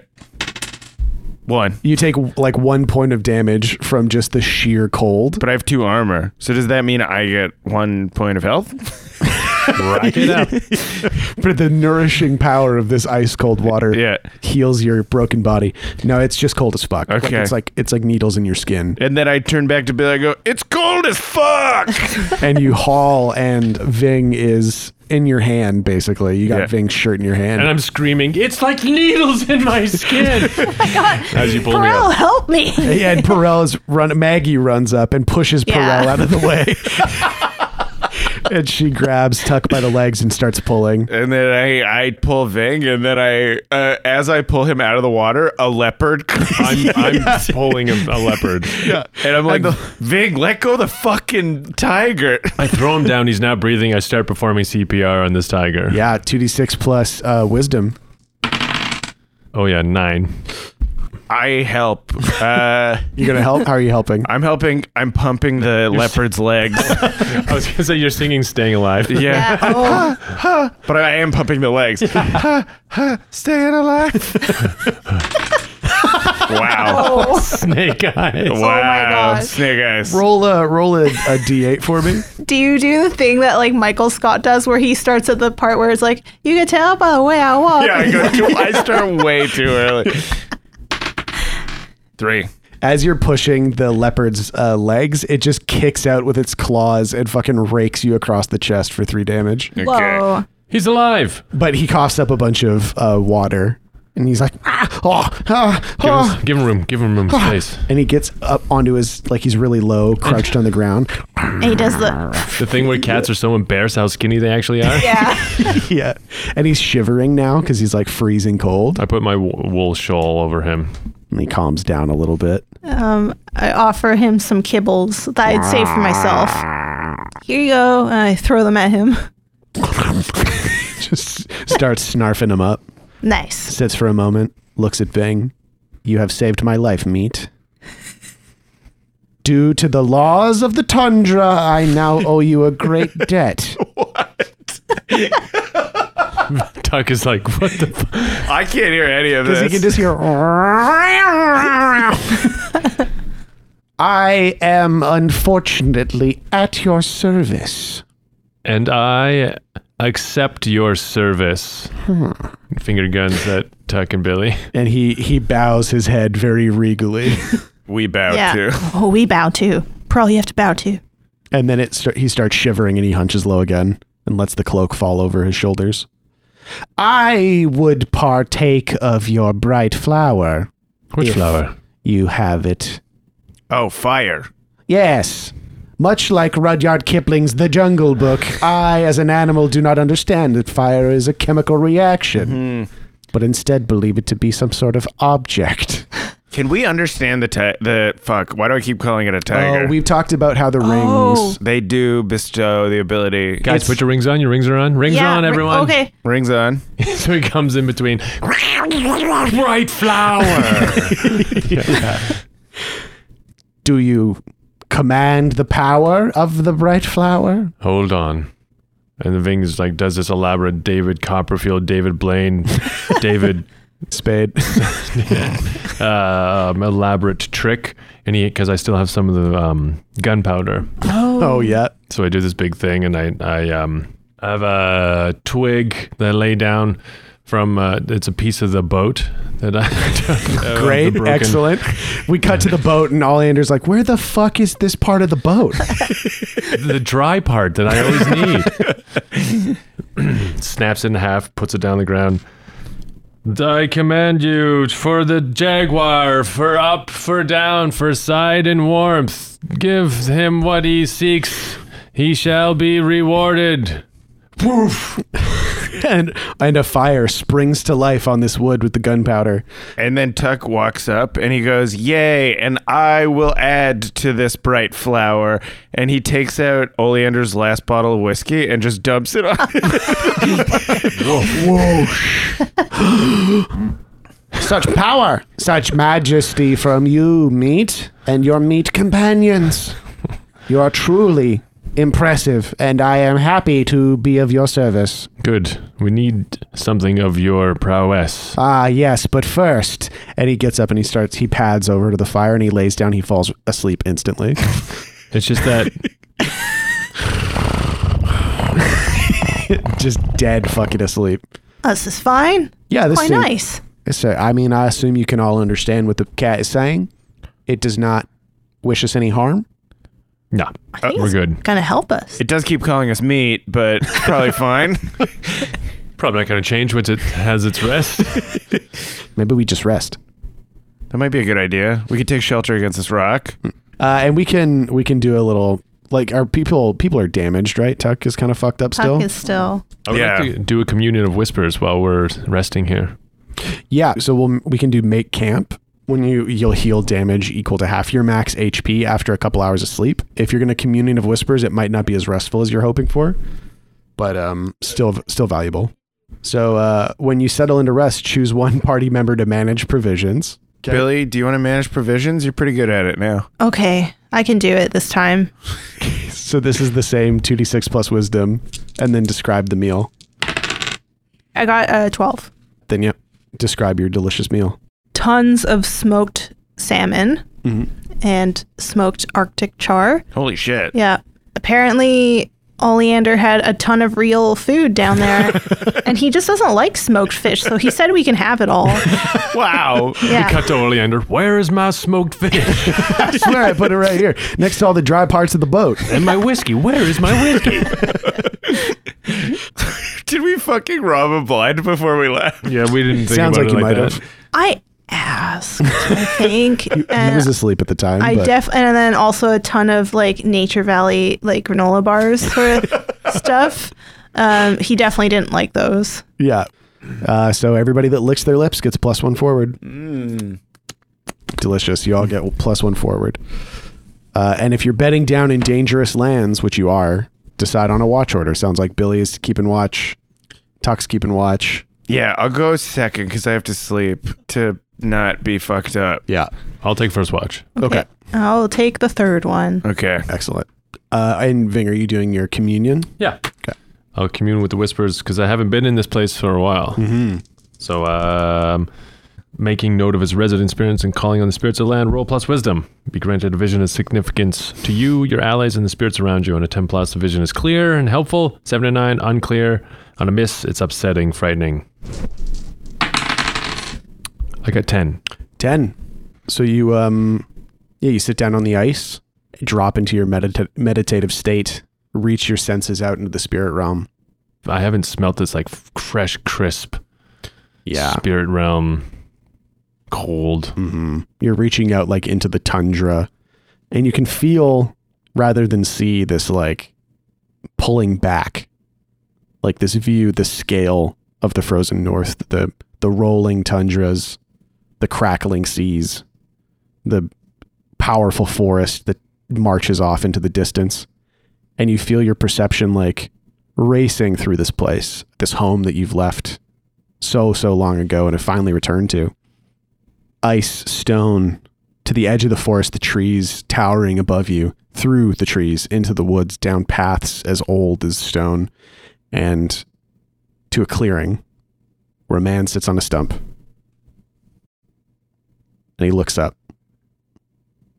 One. You take like one point of damage from just the sheer cold. But I have two armor. So does that mean I get one point of health? Rack it up. But the nourishing power of this ice cold water Yeah. heals your broken body. No, it's just cold as fuck. Like, Okay. it's like it's like needles in your skin. And then I turn back to Billy. I go, it's cold as fuck. and you haul and Ving is in your hand basically. You got Yeah. Ving's shirt in your hand. And I'm screaming, it's like needles in my skin. As you pull me Pharrell, up. help me. yeah, and Perel's run Maggie runs up and pushes Yeah. Perel out of the way. and she grabs Tuck by the legs and starts pulling. And then I, I pull Ving. And then I, uh, as I pull him out of the water, a leopard comes. I'm, I'm pulling a, a leopard. Yeah. And I'm like, Ving, let go of the fucking tiger. I throw him down. He's not breathing. I start performing CPR on this tiger. Yeah, 2d6 plus uh, wisdom. Oh, yeah, nine. I help. Uh, You're going to help? How are you helping? I'm helping. I'm pumping the leopard's legs. I was going to say, you're singing Staying Alive. Yeah. Oh, But I am pumping the legs. Staying alive. wow. Oh. Snake eyes. Wow. gosh. Snake eyes. Roll a roll a, a d8 for me. do you do the thing that like Michael Scott does, where he starts at the part where it's like, you can tell by the way I walk. Yeah, I, go too, I start way too early. Three. As you're pushing the leopard's uh, legs, it just kicks out with its claws and fucking rakes you across the chest for three damage. Okay. Whoa. He's alive. But he coughs up a bunch of uh, water, and he's like, ah, oh, ah, Give, ah," him, give him room. Give him room. Space. and he gets up onto his like he's really low, crouched on the ground. And he does the The thing where cats are so embarrassed how skinny they actually are. yeah. yeah, and he's shivering now because he's like freezing cold. I put my wo- wool shawl over him. And he calms down a little bit. Um, I offer him some kibbles that I'd save for myself. Here you go. And I throw them at him. just starts snarfing him up. Nice. Sits for a moment, looks at Bing. You have saved my life, meat. Due to the laws of the tundra, I now owe you a great debt. Tuck is like, what the fuck? I can't hear any of Because this. you can just hear. I am unfortunately at your service. And I accept your service. Hmm. Finger guns at Tuck and Billy. And he, he bows his head very regally. we bow yeah. too. Oh, we bow too. Pearl, you have to bow too. And then it start, he starts shivering and he hunches low again and lets the cloak fall over his shoulders. I would partake of your bright flower. Which If- flower? You have it. Oh, fire. Yes. Much like Rudyard Kipling's The Jungle Book, I, as an animal, do not understand that fire is a chemical reaction, Mm-hmm. but instead believe it to be some sort of object. Can we understand the ti- the fuck? Why do I keep calling it a tiger? Oh, we've talked about how the rings. Oh. they do bestow the ability. Guys, put your rings on. Your rings are on. Rings yeah. on, re- everyone. Okay. rings on. so he comes in between. Bright flower. Do you command the power of the bright flower? Hold on. And the Ving's like does this elaborate David Copperfield, David Blaine, David Spade. uh, um, elaborate trick. And he because I still have some of the um, gunpowder. oh, yeah. So I do this big thing, and I I um I have a twig that I lay down, from uh, it's a piece of the boat that I took. uh, the Great, broken- excellent. We cut to the boat, and Oleander's like, "Where the fuck is this part of the boat?" the dry part that I always need. Snaps it in half, puts it down on the ground. I command you for the jaguar, for up, for down, for side and warmth. Give him what he seeks. He shall be rewarded. and and a fire springs to life on this wood with the gunpowder. And then Tuck walks up and he goes, Yay, and I will add to this bright flower. And he takes out Oleander's last bottle of whiskey and just dumps it on. Such power, such majesty from you, meat, and your meat companions. You are truly impressive, and I am happy to be of your service. Good. We need something of your prowess. Ah, yes, but first. And he gets up and he starts, he pads over to the fire and he lays down, he falls asleep instantly. It's just that Just dead fucking asleep. This is fine. Yeah, this Quite thing- nice. It's a- I mean, I assume you can all understand what the cat is saying. It does not wish us any harm. Nah, Uh, think we're it's- good. Gonna help us. it does keep calling us meat, but it's probably fine. Probably not going to change once it has its rest. Maybe we just rest. That might be a good idea. We could take shelter against this rock. Uh, and we can we can do a little like our people people are damaged, right? Tuck is kind of fucked up still. Tuck is still. I would Yeah. like to do a communion of whispers while we're resting here. yeah, so we'll we can do make camp when you you'll heal damage equal to half your max HP after a couple hours of sleep. If you're going to communion of whispers, it might not be as restful as you're hoping for, but um still still valuable. So uh, when you settle into rest, choose one party member to manage provisions. Billy, do you want to manage provisions? You're pretty good at it now. Okay, I can do it this time. So this is the same 2d6 plus wisdom and then describe the meal. I got uh, a 12. Then yep, describe your delicious meal. Tons of smoked salmon and smoked Arctic char. Holy shit. Yeah. Apparently, Oleander had a ton of real food down there, and he just doesn't like smoked fish, so he said we can have it all. Wow. Yeah. Oh, Cut to Oleander. Where is my smoked fish I swear I put it right here next to all the dry parts of the boat. and my whiskey? Where is my whiskey? Did we fucking rob a blind before we left? yeah, we didn't think Sounds about like it you like might that. have. I asked, I think. He and was asleep at the time. I but def and then also a ton of like Nature Valley like granola bars sort of stuff. Um, he definitely didn't like those. yeah. Uh, so everybody that licks their lips gets plus one forward. Hmm. Delicious. You all get plus one forward. Uh, and if you're betting down in dangerous lands, which you are, decide on a watch order. Sounds like Billy is keeping watch, Tuck's keeping watch. Yeah, I'll go second because I have to sleep to not be fucked up. Yeah. I'll take first watch. Okay. I'll take the third one. Okay. Excellent. Uh, and Ving, are you doing your communion? Yeah. Okay. I'll commune with the whispers because I haven't been in this place for a while. Mm-hmm. So, um, making note of his resident spirits and calling on the spirits of land, roll plus wisdom. Be granted a vision of significance to you, your allies, and the spirits around you. On a 10 plus, the vision is clear and helpful. 7 to 9, unclear. On a miss, it's upsetting, frightening. I got 10. 10 so you um yeah you sit down on the ice drop into your medita- meditative state reach your senses out into the spirit realm I haven't smelt this like f- fresh, crisp spirit realm cold. hmm you're reaching out like into the tundra and you can feel rather than see this like pulling back like this view the scale of the frozen north the the rolling tundras the crackling seas the powerful forest that marches off into the distance and you feel your perception like racing through this place this home that you've left so so long ago and have finally returned to ice stone to the edge of the forest, the trees towering above you, through the trees, into the woods, down paths as old as stone, and to a clearing where a man sits on a stump. And he looks up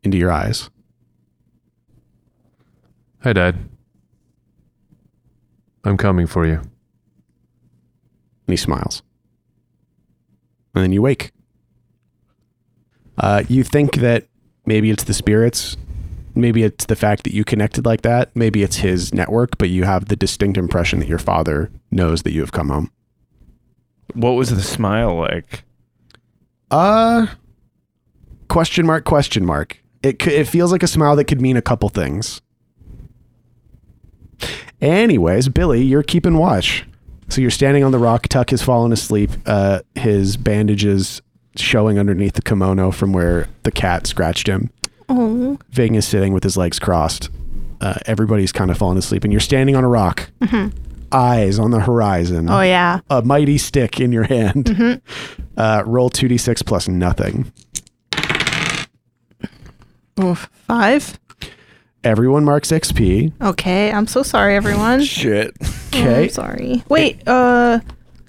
into your eyes. Hi, Dad. I'm coming for you. and he smiles. and then you wake. Uh, you think that maybe it's the spirits, maybe it's the fact that you connected like that, maybe it's his network, but you have the distinct impression that your father knows that you have come home. What was the smile like? Uh question mark question mark. It c- it feels like a smile that could mean a couple things. Anyways, Billy, you're keeping watch. So you're standing on the rock. Tuck has fallen asleep. Uh, his bandages showing underneath the kimono from where the cat scratched him. Oh, Ving is sitting with his legs crossed. Uh, everybody's kind of fallen asleep, and you're standing on a rock, eyes on the horizon Mm-hmm. oh yeah. Mm-hmm. a mighty stick in your hand. Uh, roll 2d6 plus nothing. Oof. Five. Everyone marks XP. Okay, I'm so sorry, everyone. Shit. Oh, I'm Okay. sorry. Wait, uh,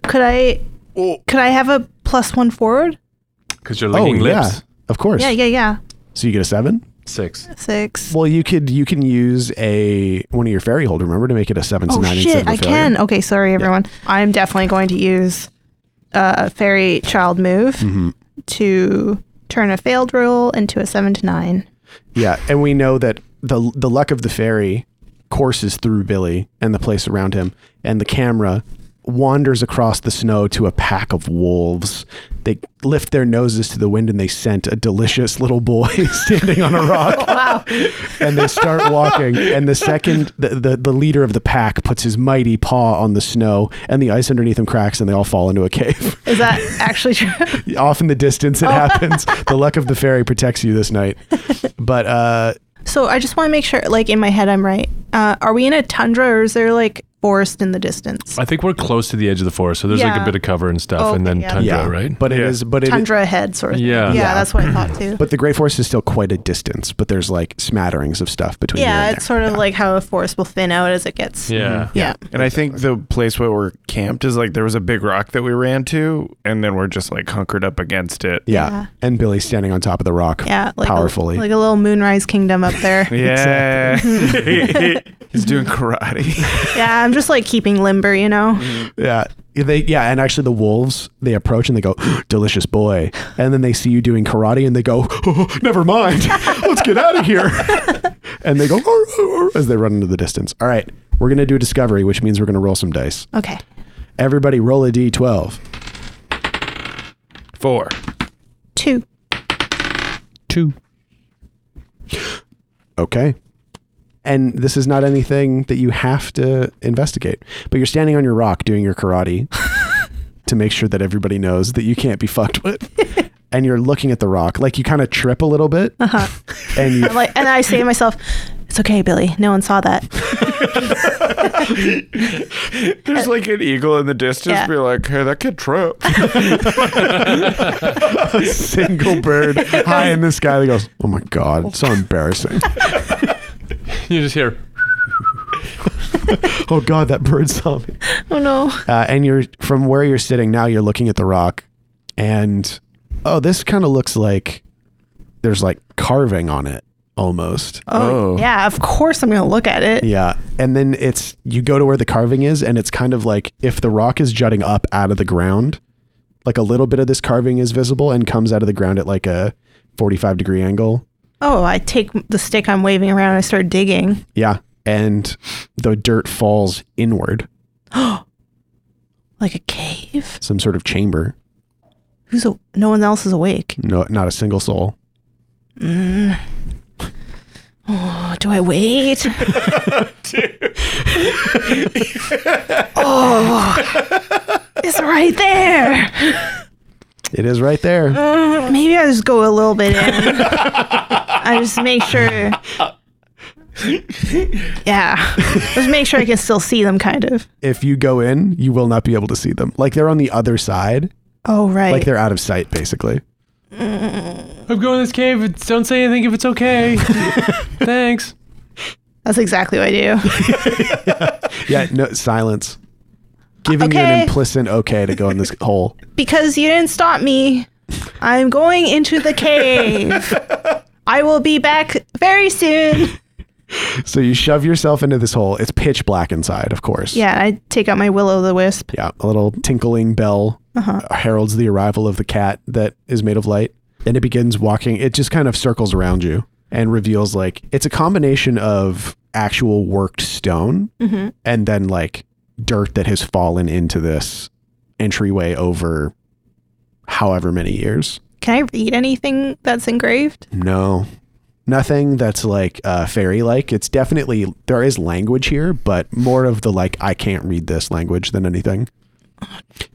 could I could I have a plus one forward? Because you're oh, licking lips. yeah. Of course. Yeah, yeah, yeah. So you get a seven? Six. Six. Well, you could you can use a one of your fairy hold, remember, to make it a seven to Oh nine shit, instead of a I failure. can. Okay, sorry, everyone. I'm definitely going to use uh, fairy child move to turn a failed roll into a seven to nine. Yeah, and we know that the the luck of the fairy courses through Billy and the place around him, and the camera wanders across the snow to a pack of wolves. They lift their noses to the wind and they scent a delicious little boy standing on a rock. Wow. And they start walking. And the second the, the, the leader of the pack puts his mighty paw on the snow and the ice underneath him cracks and they all fall into a cave. Is that actually true? Off in the distance Oh. it happens. the luck of the fairy protects you this night. But uh So I just want to make sure, like in my head, I'm right. Uh, are we in a tundra or is there like forest in the distance? I think we're close to the edge of the forest, so there's like Yeah. a bit of cover and stuff, Oh, and then yeah. tundra, yeah, right? But it Yeah. is, but it, Tundra ahead, sort of. thing. Yeah. yeah, Yeah. that's what I thought too. but the Grey Forest is still quite a distance. But there's like smatterings of stuff between. yeah, here and it's sort of like how a forest will thin out as it gets. yeah. yeah. And I think the place where we're camped is like there was a big rock that we ran to, and then we're just like hunkered up against it. there. yeah. yeah. and Billy's standing on top of the rock. Yeah, like Powerfully. a, like a little moonrise kingdom up there. Yeah. He's doing karate. yeah, I'm just like keeping limber, you know. yeah. They, yeah, and actually the wolves they approach and they go, "Delicious boy," and then they see you doing karate and they go, oh, "Never mind, let's get out of here," and they go "Arr, arr," as they run into the distance. All right, we're gonna do a discovery, which means we're gonna roll some dice. Okay. Everybody, roll a d12. Four. Two. Two. Okay. And this is not anything that you have to investigate, but you're standing on your rock doing your karate to make sure that everybody knows that you can't be fucked with. and you're looking at the rock, like you kind of trip a little bit, and you Like, and I say to myself, "It's okay, Billy. No one saw that." There's like an eagle in the distance. Yeah. Be like, hey, that kid tripped. single bird high in the sky that goes, "Oh my god, it's so embarrassing! You just hear. Oh god, that bird saw me." oh no. uh, and you're from where you're sitting now you're looking at the rock and oh this kind of looks like there's like carving on it almost Oh, yeah. Of course, I'm gonna look at it. yeah and then it's you go to where the carving is and it's kind of like if the rock is jutting up out of the ground like a little bit of this carving is visible and comes out of the ground at like a 45 degree angle Oh, I take the stick I'm waving around. and I start digging. yeah and the dirt falls inward Like a cave. some sort of chamber Who's a, no one else is awake. no not a single soul Oh, do I wait? oh, it's right there. it is right there Mm, Maybe I just go a little bit in. I just make sure. Yeah, just make sure I can still see them, kind of. if you go in, you will not be able to see them. Like they're on the other side. Oh right. Like they're out of sight, basically. I'm going in this cave. It's- Don't say anything if it's okay. Thanks. That's exactly what I do. Yeah, no silence. Giving you an Okay. implicit okay to go in this hole. Because you didn't stop me, I'm going into the cave. I will be back very soon. So you shove yourself into this hole. It's pitch black inside, of course. Yeah, I take out my will o' the wisp. Yeah. A little tinkling bell heralds the arrival of the cat that is made of light. And it begins walking. It just kind of circles around you and reveals like it's a combination of actual worked stone and then like dirt that has fallen into this entryway over however many years. Can I read anything that's engraved? No, nothing that's like uh, fairy like. It's definitely there is language here, but more of the like I can't read this language than anything.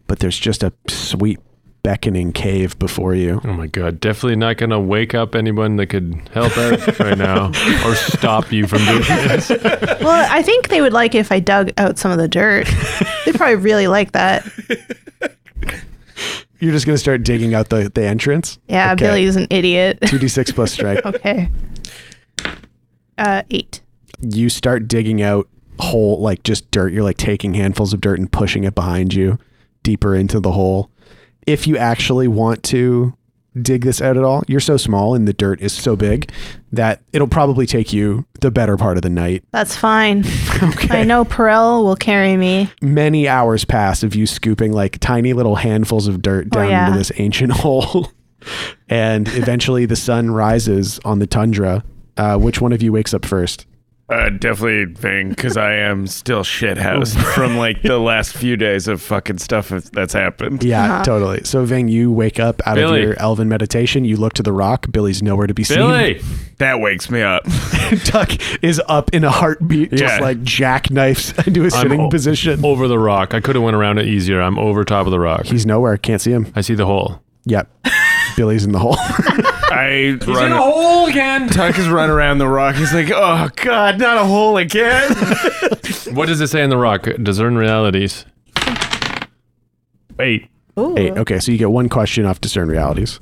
But there's just a sweet beckoning cave before you. Oh my god, definitely not gonna wake up anyone that could help out right now or stop you from doing this. Well, I think they would like it if I dug out some of the dirt. they probably really like that. You're just gonna start digging out the the entrance. Yeah, Okay. Billy's an idiot. Two d six plus strike. okay. Uh, eight. you start digging out hole like just dirt you're like taking handfuls of dirt and pushing it behind you deeper into the hole if you actually want to dig this out at all you're so small and the dirt is so big that it'll probably take you the better part of the night That's fine. okay I know Perel will carry me. many hours pass of you scooping like tiny little handfuls of dirt Oh, down yeah. into this ancient hole and eventually the sun rises on the tundra uh, which one of you wakes up first Uh, definitely Ving, because I am still shithoused from like the last few days of fucking stuff that's happened. Yeah, totally. So Ving, you wake up out Billy. of your elven meditation. You look to the rock. Billy's nowhere to be Billy! That wakes me up. seen. Tuck is up in a heartbeat, just Yeah. like jackknifes into a I'm sitting o- position. Over the rock. I could have went around it easier. I'm over top of the rock. He's nowhere. Can't see him. I see the hole. Yep. Billy's in the hole. I In run. a hole again. Tuck has run around the rock. He's like, oh god, not a hole again. What does it say on the rock? Discern realities. Wait. Eight. Okay, so you get one question off discern realities.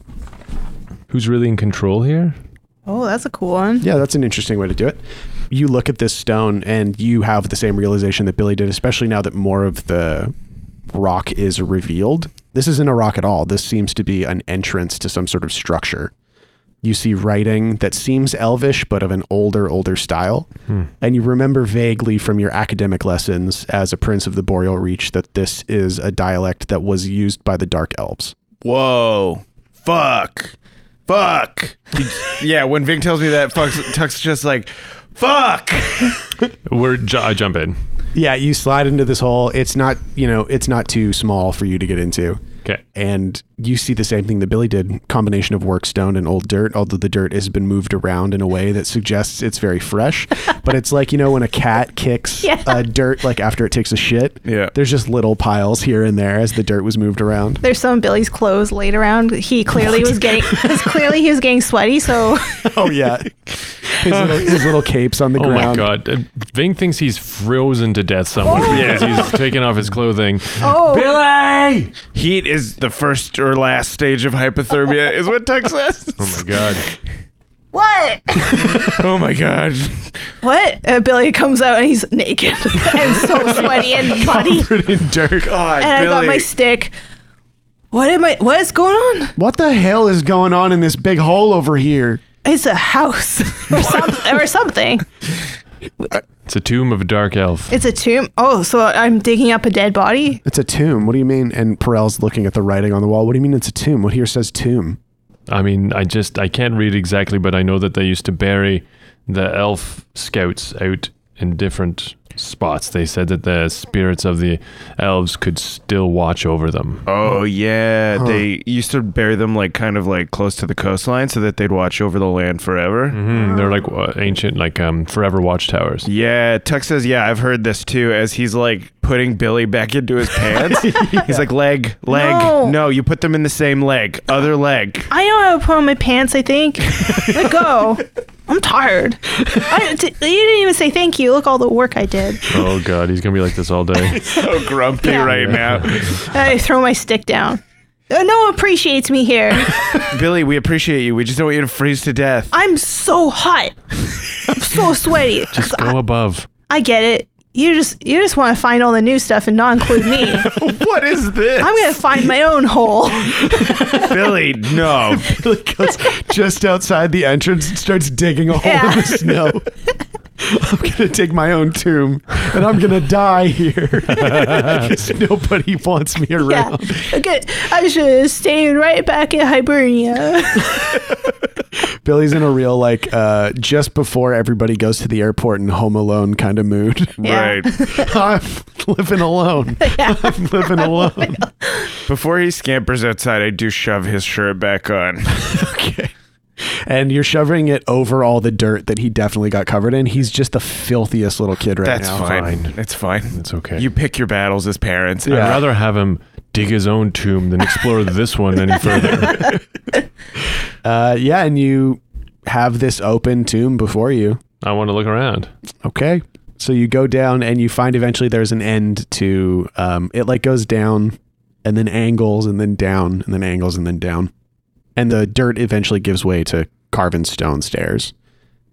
Who's really in control here? Oh, that's a cool one. Yeah, that's an interesting way to do it. You look at this stone and you have the same realization that Billy did, especially now that more of the rock is revealed. This isn't a rock at all. This seems to be an entrance to some sort of structure. You see writing that seems elvish, but of an older, older style. And you remember vaguely from your academic lessons as a prince of the boreal reach that this is a dialect that was used by the dark elves. Whoa, fuck, fuck. yeah, when Ving tells me that, fucks, Tuck's just like, fuck. We're ju- I jump in. Yeah, you slide into this hole. It's not, you know, it's not too small for you to get into. Okay. and you see the same thing that Billy did combination of work stone and old dirt, although the dirt has been moved around in a way that suggests it's very fresh. but it's like, you know, when a cat kicks uh, dirt, like after it takes a shit, Yeah. there's just little piles here and there as the dirt was moved around. There's some of Billy's clothes laid around. He clearly was getting, 'cause clearly he was getting sweaty. So Oh, yeah. his, little, his little capes on the Oh ground. my god. Uh, Ving thinks he's frozen to death somewhere because he's taken off his clothing. oh, Billy. Heat is the first or last stage of hypothermia, is what Tuck says. Oh my god. what? oh my god. What? Uh, Billy comes out and he's naked and so sweaty and muddy. Dirk. God, And I got Billy. my stick. What am I? What is going on? What the hell is going on in this big hole over here? It's a house or, some, or something. It's a tomb of a dark elf. It's a tomb. Oh, so I'm digging up a dead body. It's a tomb. What do you mean? And Perel's looking at the writing on the wall. What do you mean it's a tomb? What here says tomb? I mean, I just I can't read exactly, but I know that they used to bury the elf scouts out in different spots. They said that the spirits of the elves could still watch over them. Oh yeah, they used to bury them like kind of like close to the coastline so that they'd watch over the land forever. Mm, they're like uh, ancient, like um, forever watchtowers. Yeah, Tuck says, "Yeah, I've heard this too." As he's like putting Billy back into his pants, he's like, "Leg, leg, No. no. you put them in the same leg, other leg." I know how to put on my pants. I think. Let go. I'm tired. I, t- you didn't even say thank you. Look all the work I did. Oh god, he's gonna be like this all day. So grumpy Yeah. right now, I throw my stick down. Uh, No one appreciates me here. Billy. We appreciate you. We just don't want you to freeze to death. I'm so hot. I'm so sweaty. Go above. I get it. You just you just want to find all the new stuff and not include me. what is this, I'm gonna find my own hole. Billy? No, Billy goes just outside the entrance and starts digging a hole Yeah. in the snow. I'm gonna dig my own tomb and I'm gonna die here. 'Cause nobody wants me Yeah. around. Okay. I should stay right back in Hibernia. Billy's in a real like uh, just before everybody goes to the airport and home alone kind of mood. Yeah. Right. I'm living alone. I'm living alone. Before he scampers outside, I do shove his shirt back on. okay. And you're shoving it over all the dirt that he definitely got covered in. He's just the filthiest little kid right That's now. fine. fine. It's fine. It's okay. You pick your battles as parents. Yeah. I'd rather have him dig his own tomb than explore this one any further. Uh, yeah, and you have this open tomb before you. I want to look around. Okay. So you go down and you find eventually there's an end to um, it, like goes down and then angles and then down and then angles and then down. And the dirt eventually gives way to carven stone stairs.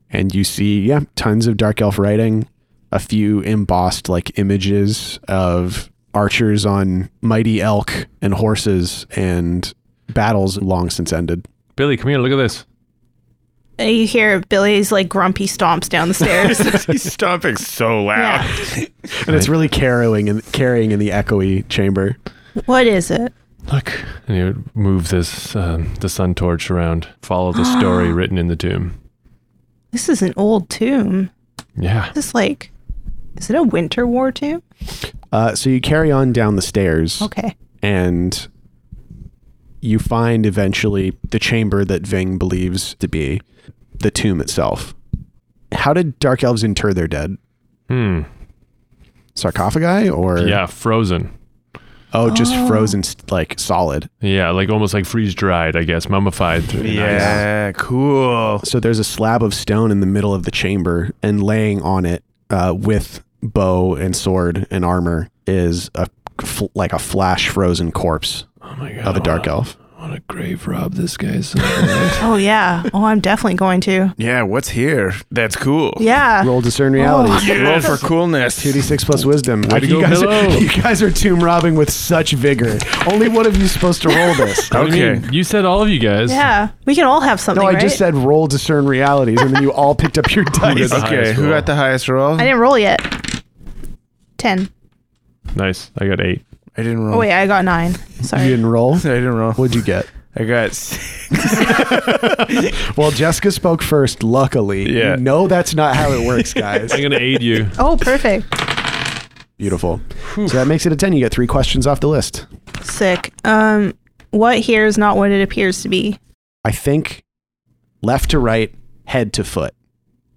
And you see, yeah, tons of dark elf writing, a few embossed like images of archers on mighty elk and horses and battles long since ended. Billy, come here. Look at this. And you hear Billy's like grumpy stomps down the stairs. He's stomping so loud. yeah. And it's really carrying and carrying in the echoey chamber. What is it? Look. And he would move this um, the sun torch around. Follow the story written in the tomb. This is an old tomb. Yeah. This like is it a winter war tomb? Uh, so you carry on down the stairs. Okay. and you find eventually the chamber that Ving believes to be the tomb itself. How did dark elves inter their dead? Hmm. Sarcophagi or Yeah. Frozen. oh, just frozen st- like solid. Yeah. Like almost like freeze dried. I guess mummified. Through Yeah, cool. So there's a slab of stone in the middle of the chamber, and laying on it uh, with bow and sword and armor is a fl- like a flash frozen corpse Oh my god. of a dark elf. Want to grave rob this guy's? Oh yeah. Oh, I'm definitely going to. Yeah, what's here? That's cool. Yeah. Roll discern realities. Yes. Roll for coolness. 2d6 plus wisdom. Like, to you, go, guys Bill-o. are, you guys are tomb robbing with such vigor. Only one of you is supposed to roll this. What do you Okay. mean? You said all of you guys. Yeah. We can all have something. No, I right? just said roll discern realities, and then you all picked up your dice. the Okay, highest who roll? got the highest roll? um, I didn't roll yet. Ten. Nice. I got eight. I didn't roll. Oh wait, I got nine. You Sorry. didn't roll. I didn't roll. Oh, What'd you get? I got. s- Well, Jessica spoke first. Luckily, Yeah. you know that's not how it works, guys. I'm gonna aid you. Oh, perfect. Beautiful. So that makes it a ten. You get three questions off the list. Sick. Um, what here is not what it appears to be. I think left to right, head to foot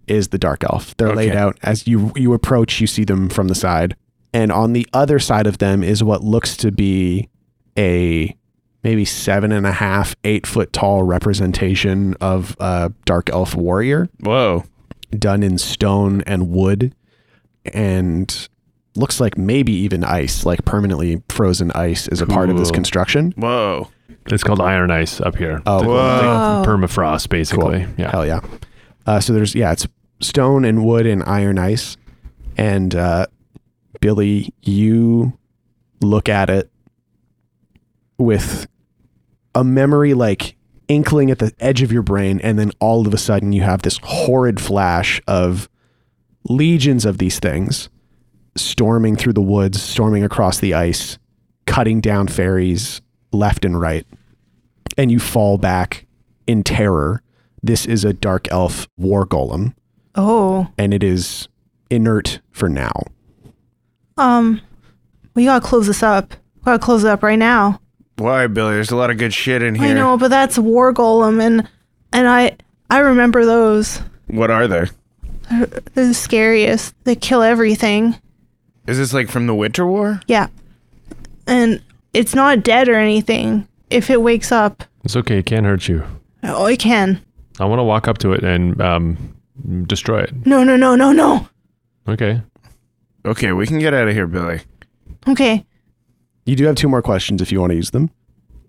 is the dark elf. They're laid Okay. out as you you approach, you see them from the side. And on the other side of them is what looks to be a maybe seven and a half, eight foot tall representation of a dark elf warrior Whoa. done in stone and wood and looks like maybe even ice, like permanently frozen ice is a part of this Cool. construction. Whoa. It's called iron ice up here. Oh, The- Whoa. like permafrost, basically. Yeah. Hell yeah. Uh, so there's yeah, it's stone and wood and iron ice, and uh, Billy, you look at it with a memory like inkling at the edge of your brain, and then all of a sudden you have this horrid flash of legions of these things storming through the woods, storming across the ice, cutting down ferries left and right, and you fall back in terror. This is a dark elf war golem, Oh. and it is inert for now. Um, we gotta close this up. We gotta close it up right now. Why, Billy? There's a lot of good shit in here. I know, but that's war golem, and and I I remember those. What are there? They're the scariest. They kill everything. Is this like from the Winter War? Yeah, and it's not dead or anything. If it wakes up, It's okay. It can't hurt you. oh, it can. I want to walk up to it and um, destroy it. No, no, no, no, no. Okay. Okay, we can get out of here, Billy. Okay. You do have two more questions if you want to use them.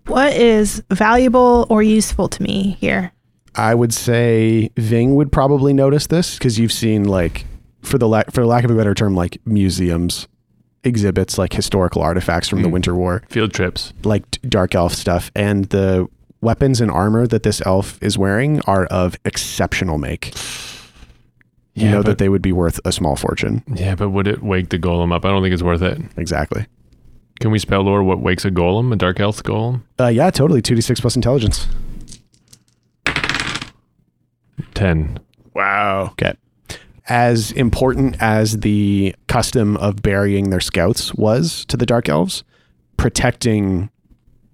What is valuable or useful to me here? I would say Ving would probably notice this because you've seen like for the la- for lack of a better term like museums exhibits like historical artifacts from the Mm. Winter War, Field trips. like d- dark elf stuff and the weapons and armor that this elf is wearing are of exceptional make. you Yeah, know but- that they would be worth a small fortune. Yeah, but would it wake the golem up? I don't think it's worth it. Exactly. Can we spell lore what wakes a golem, a dark elf golem? Uh, yeah, totally. 2d6 plus intelligence. 10. Wow. Okay. As important as the custom of burying their scouts was to the Dark Elves, protecting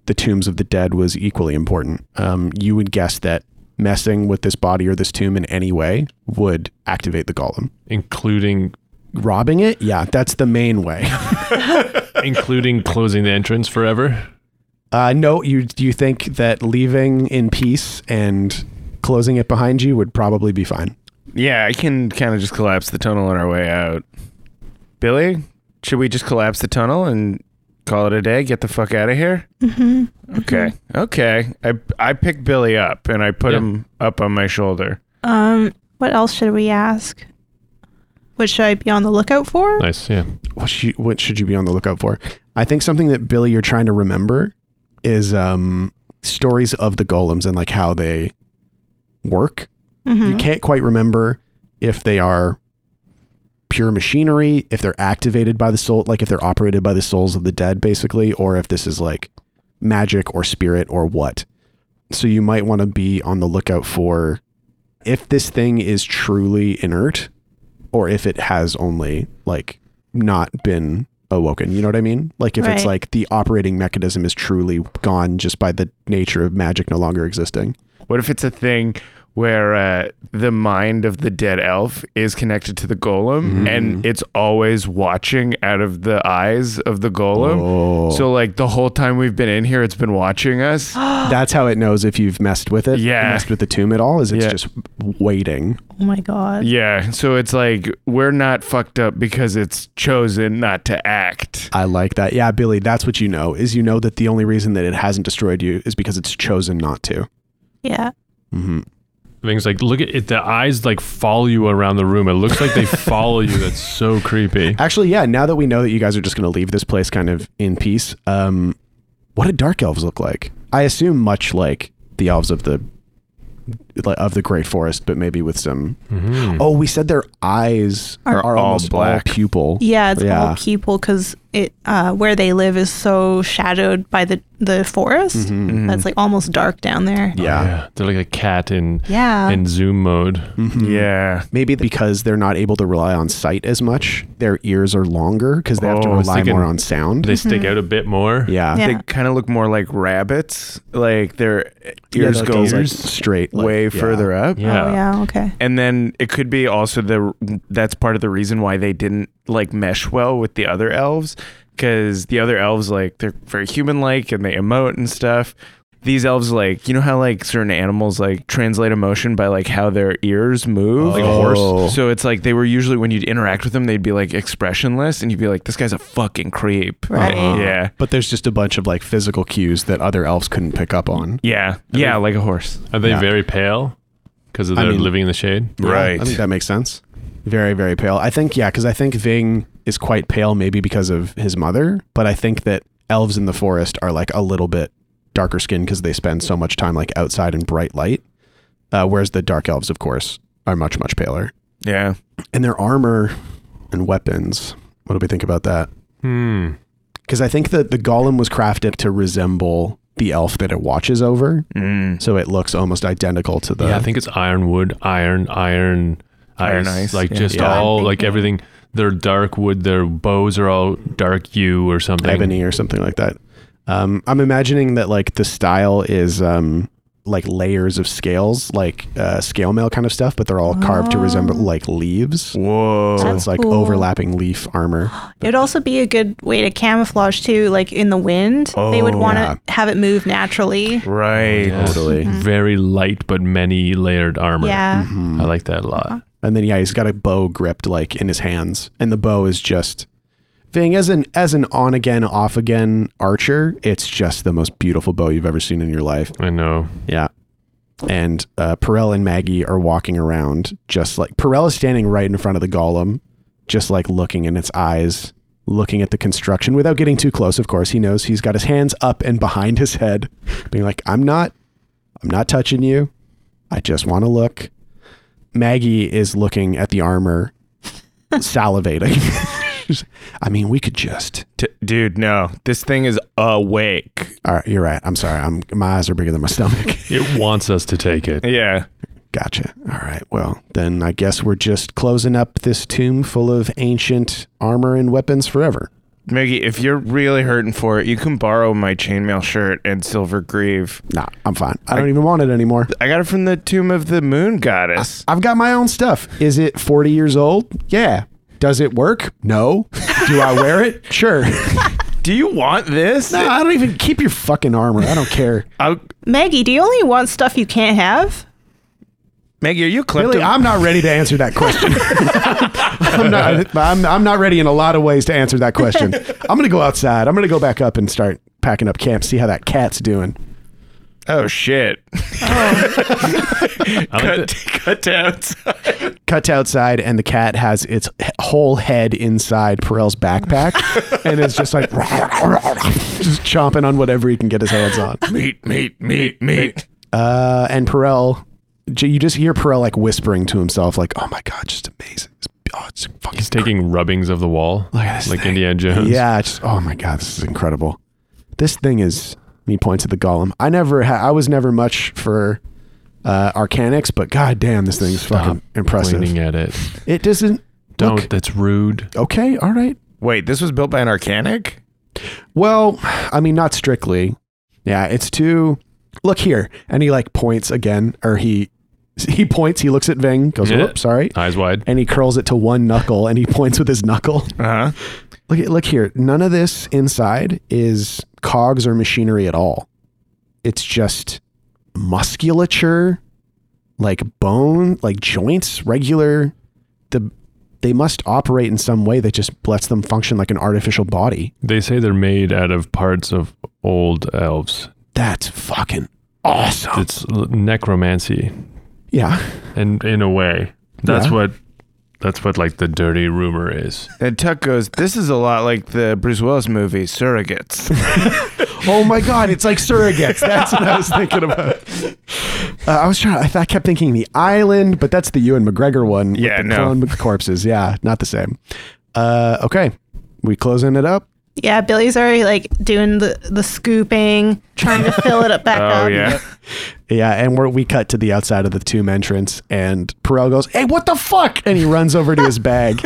the tombs of the dead was equally important. Um, you would guess that messing with this body or this tomb in any way would activate the golem. Including Robbing it? Yeah, that's the main way. including closing the entrance forever. Uh, no, you do you think that leaving in peace and closing it behind you would probably be fine? Yeah, I can kind of just collapse the tunnel on our way out. Billy, should we just collapse the tunnel and call it a day? Get the fuck out of here. Mm-hmm. Okay. Okay. I I pick Billy up and I put Yeah. him up on my shoulder. Um, what else should we ask? What should I be on the lookout for? Nice, yeah. what should you, what should you be on the lookout for? I think something that Billy you're trying to remember is um, stories of the golems and like how they work. Mm-hmm. Hmm. You can't quite remember if they are pure machinery, if they're activated by the soul, like if they're operated by the souls of the dead, basically, or if this is like magic or spirit or what. So you might want to be on the lookout for if this thing is truly inert or if it has only like not been awoken. You know what I mean? Like if it's Right. like the operating mechanism is truly gone just by the nature of magic no longer existing. What if it's a thing where uh, the mind of the dead elf is connected to the golem Mm-hmm. and it's always watching out of the eyes of the golem? Oh. So, like, the whole time we've been in here, it's been watching us. That's how it knows if you've messed with it. Yeah. Messed with the tomb at all is it's Yeah. just waiting. Oh my god. yeah. So it's like we're not fucked up because it's chosen not to act. I like that. Yeah, Billy, that's what you know is you know that the only reason that it hasn't destroyed you is because it's chosen not to. Yeah. Mm-hmm. Things like look at it, the eyes like follow you around the room. It looks like they follow you. That's so creepy. Actually, yeah, now that we know that you guys are just going to leave this place kind of in peace, um, what do dark elves look like? I assume much like the elves of the of the great forest, but maybe with some. Mm-hmm. Oh, we said their eyes are, Are are Mm-hmm. all almost black. all pupil. Yeah, it's Yeah. all people because it uh, where they live is so shadowed by the the forest. Mm-hmm. That's like almost dark down there. Mm-hmm. Oh, Yeah. They're like a cat in Yeah. in zoom mode. Mm-hmm. Yeah. Maybe because they're not able to rely on sight as much, their ears are longer because they have to Oh, I was rely thinking more on sound. They stick out a bit more. Mm-hmm. yeah. Yeah. They kind of look more like rabbits. Like their Yeah, ears they're go like like, straight like- way yeah. further up. Yeah. Oh yeah. Okay. and then it could be also the that's part of the reason why they didn't like mesh well with the other elves because the other elves like they're very human like and they emote and stuff these elves like you know how like certain animals like translate emotion by like how their ears move Like a horse? Oh. so it's like they were usually when you'd interact with them they'd be like expressionless and you'd be like this guy's a fucking creep Right. Uh-huh. Uh-uh. yeah But there's just a bunch of like physical cues that other elves couldn't pick up on. yeah yeah like a horse Are they Yeah. very pale? Because I they're mean- living in the shade. Yeah, Right. I think that makes sense. Very, very pale. I think, yeah, because I think Ving is quite pale, maybe because of his mother, but I think that elves in the forest are like a little bit darker skinned because they spend so much time like outside in bright light. Uh, whereas the dark elves, of course, are much, much paler. yeah And their armor and weapons. What do we think about that? Hmm. Because I think that the golem was crafted to resemble the elf that it watches over. mm. So it looks almost identical to the. yeah, I think it's iron wood, iron, iron, Iron ice, Like yeah. just Yeah. all I'm like thinking- everything. Their dark wood, their bows are all dark hue or something. ebony or something like that. Um, I'm imagining that like the style is um, like layers of scales, like uh, scale mail kind of stuff, but they're all carved to resemble like leaves. whoa So it's like cool. overlapping leaf armor. It'd also be a good way to camouflage too, like in the wind. they would Oh, want to yeah. have it move naturally. right Yeah. Totally. Very light but many layered armor. Yeah. I like that a lot. And then yeah, he's got a bow gripped like in his hands, and the bow is just thing as an as an on again off again archer. It's just the most beautiful bow you've ever seen in your life. I know. Yeah. And uh, Perel and Maggie are walking around just like Perel is standing right in front of the golem, just like looking in its eyes, looking at the construction without getting too close. Of course, he knows he's got his hands up and behind his head, being like, "I'm not, I'm not touching you. I just want to look." Maggie is looking at the armor, salivating. She's- I mean, we could just. T- dude, no. This thing is awake. All right, you're right. I'm sorry. I'm my eyes are bigger than my stomach. It wants us to take it. Yeah. Gotcha. All right. Well, then I guess we're just closing up this tomb full of ancient armor and weapons forever. Maggie, if you're really hurting for it, you can borrow my chainmail shirt and silver grieve. Nah, I'm fine. I don't even want it anymore. I got it from the tomb of the moon goddess. I've got my own stuff. Is it 40 years old? Yeah. Does it work? No. Do I wear it? Sure. Do you want this? No, I don't even keep your fucking armor. I don't care. I'll- Maggie, do you only want stuff you can't have? Maggie, are you klepto? Really, I'm not ready to answer that question. I'm, not, I'm, I'm not ready in a lot of ways to answer that question. I'm going to go outside. I'm going to go back up and start packing up camp, see how that cat's doing. oh shit! I like cut, that. cut down. Cuts outside, and the cat has its he- whole head inside Perel's backpack and is just like just chomping on whatever he can get his hands on. meat, meat, meat, meat. Uh, and Perel, j- you just hear Perel like whispering to himself, like, "Oh my god, just amazing! It's, oh, it's fucking He's taking rubbings of the wall, Look at this like thing. Indiana Jones. yeah, it's just, oh my god, this is incredible. This thing is." and He points at the golem. I never, ha- I was never much for uh, arcanics, but god damn, this thing's Stop fucking impressive. Pointing at it. It doesn't. Don't. Look, That's rude. okay, all right. Wait, this was built by an arcanic. Well, I mean, not strictly. Yeah, it's too. Look here, and he like points again, or he he points. He looks at Ving, goes, Yeah. "Whoops, sorry," Eyes wide. and he curls it to one knuckle, and he points with his knuckle. Uh huh. Look, look here. None of this inside is cogs or machinery at all. It's just musculature, like bone, like joints, regular. The they must operate in some way that just lets them function like an artificial body. They say they're made out of parts of old elves. That's fucking awesome. It's l- necromancy, yeah. and in a way, that's Yeah. what. That's what like the dirty rumor is. And Tuck goes, "This is a lot like the Bruce Willis movie Surrogates." Oh my god, it's like surrogates. That's what I was thinking about. Uh, I was trying. I, th- I kept thinking the island, but that's the Ewan McGregor one. with Yeah, the no. clone corpses. Yeah, not the same. Uh, okay, we closing it up. Yeah, Billy's already like doing the, the scooping, trying to fill it up back up. oh yeah. Yeah, and we're, we cut to the outside of the tomb entrance, and Perel goes, "Hey, what the fuck?" And he runs over to his bag,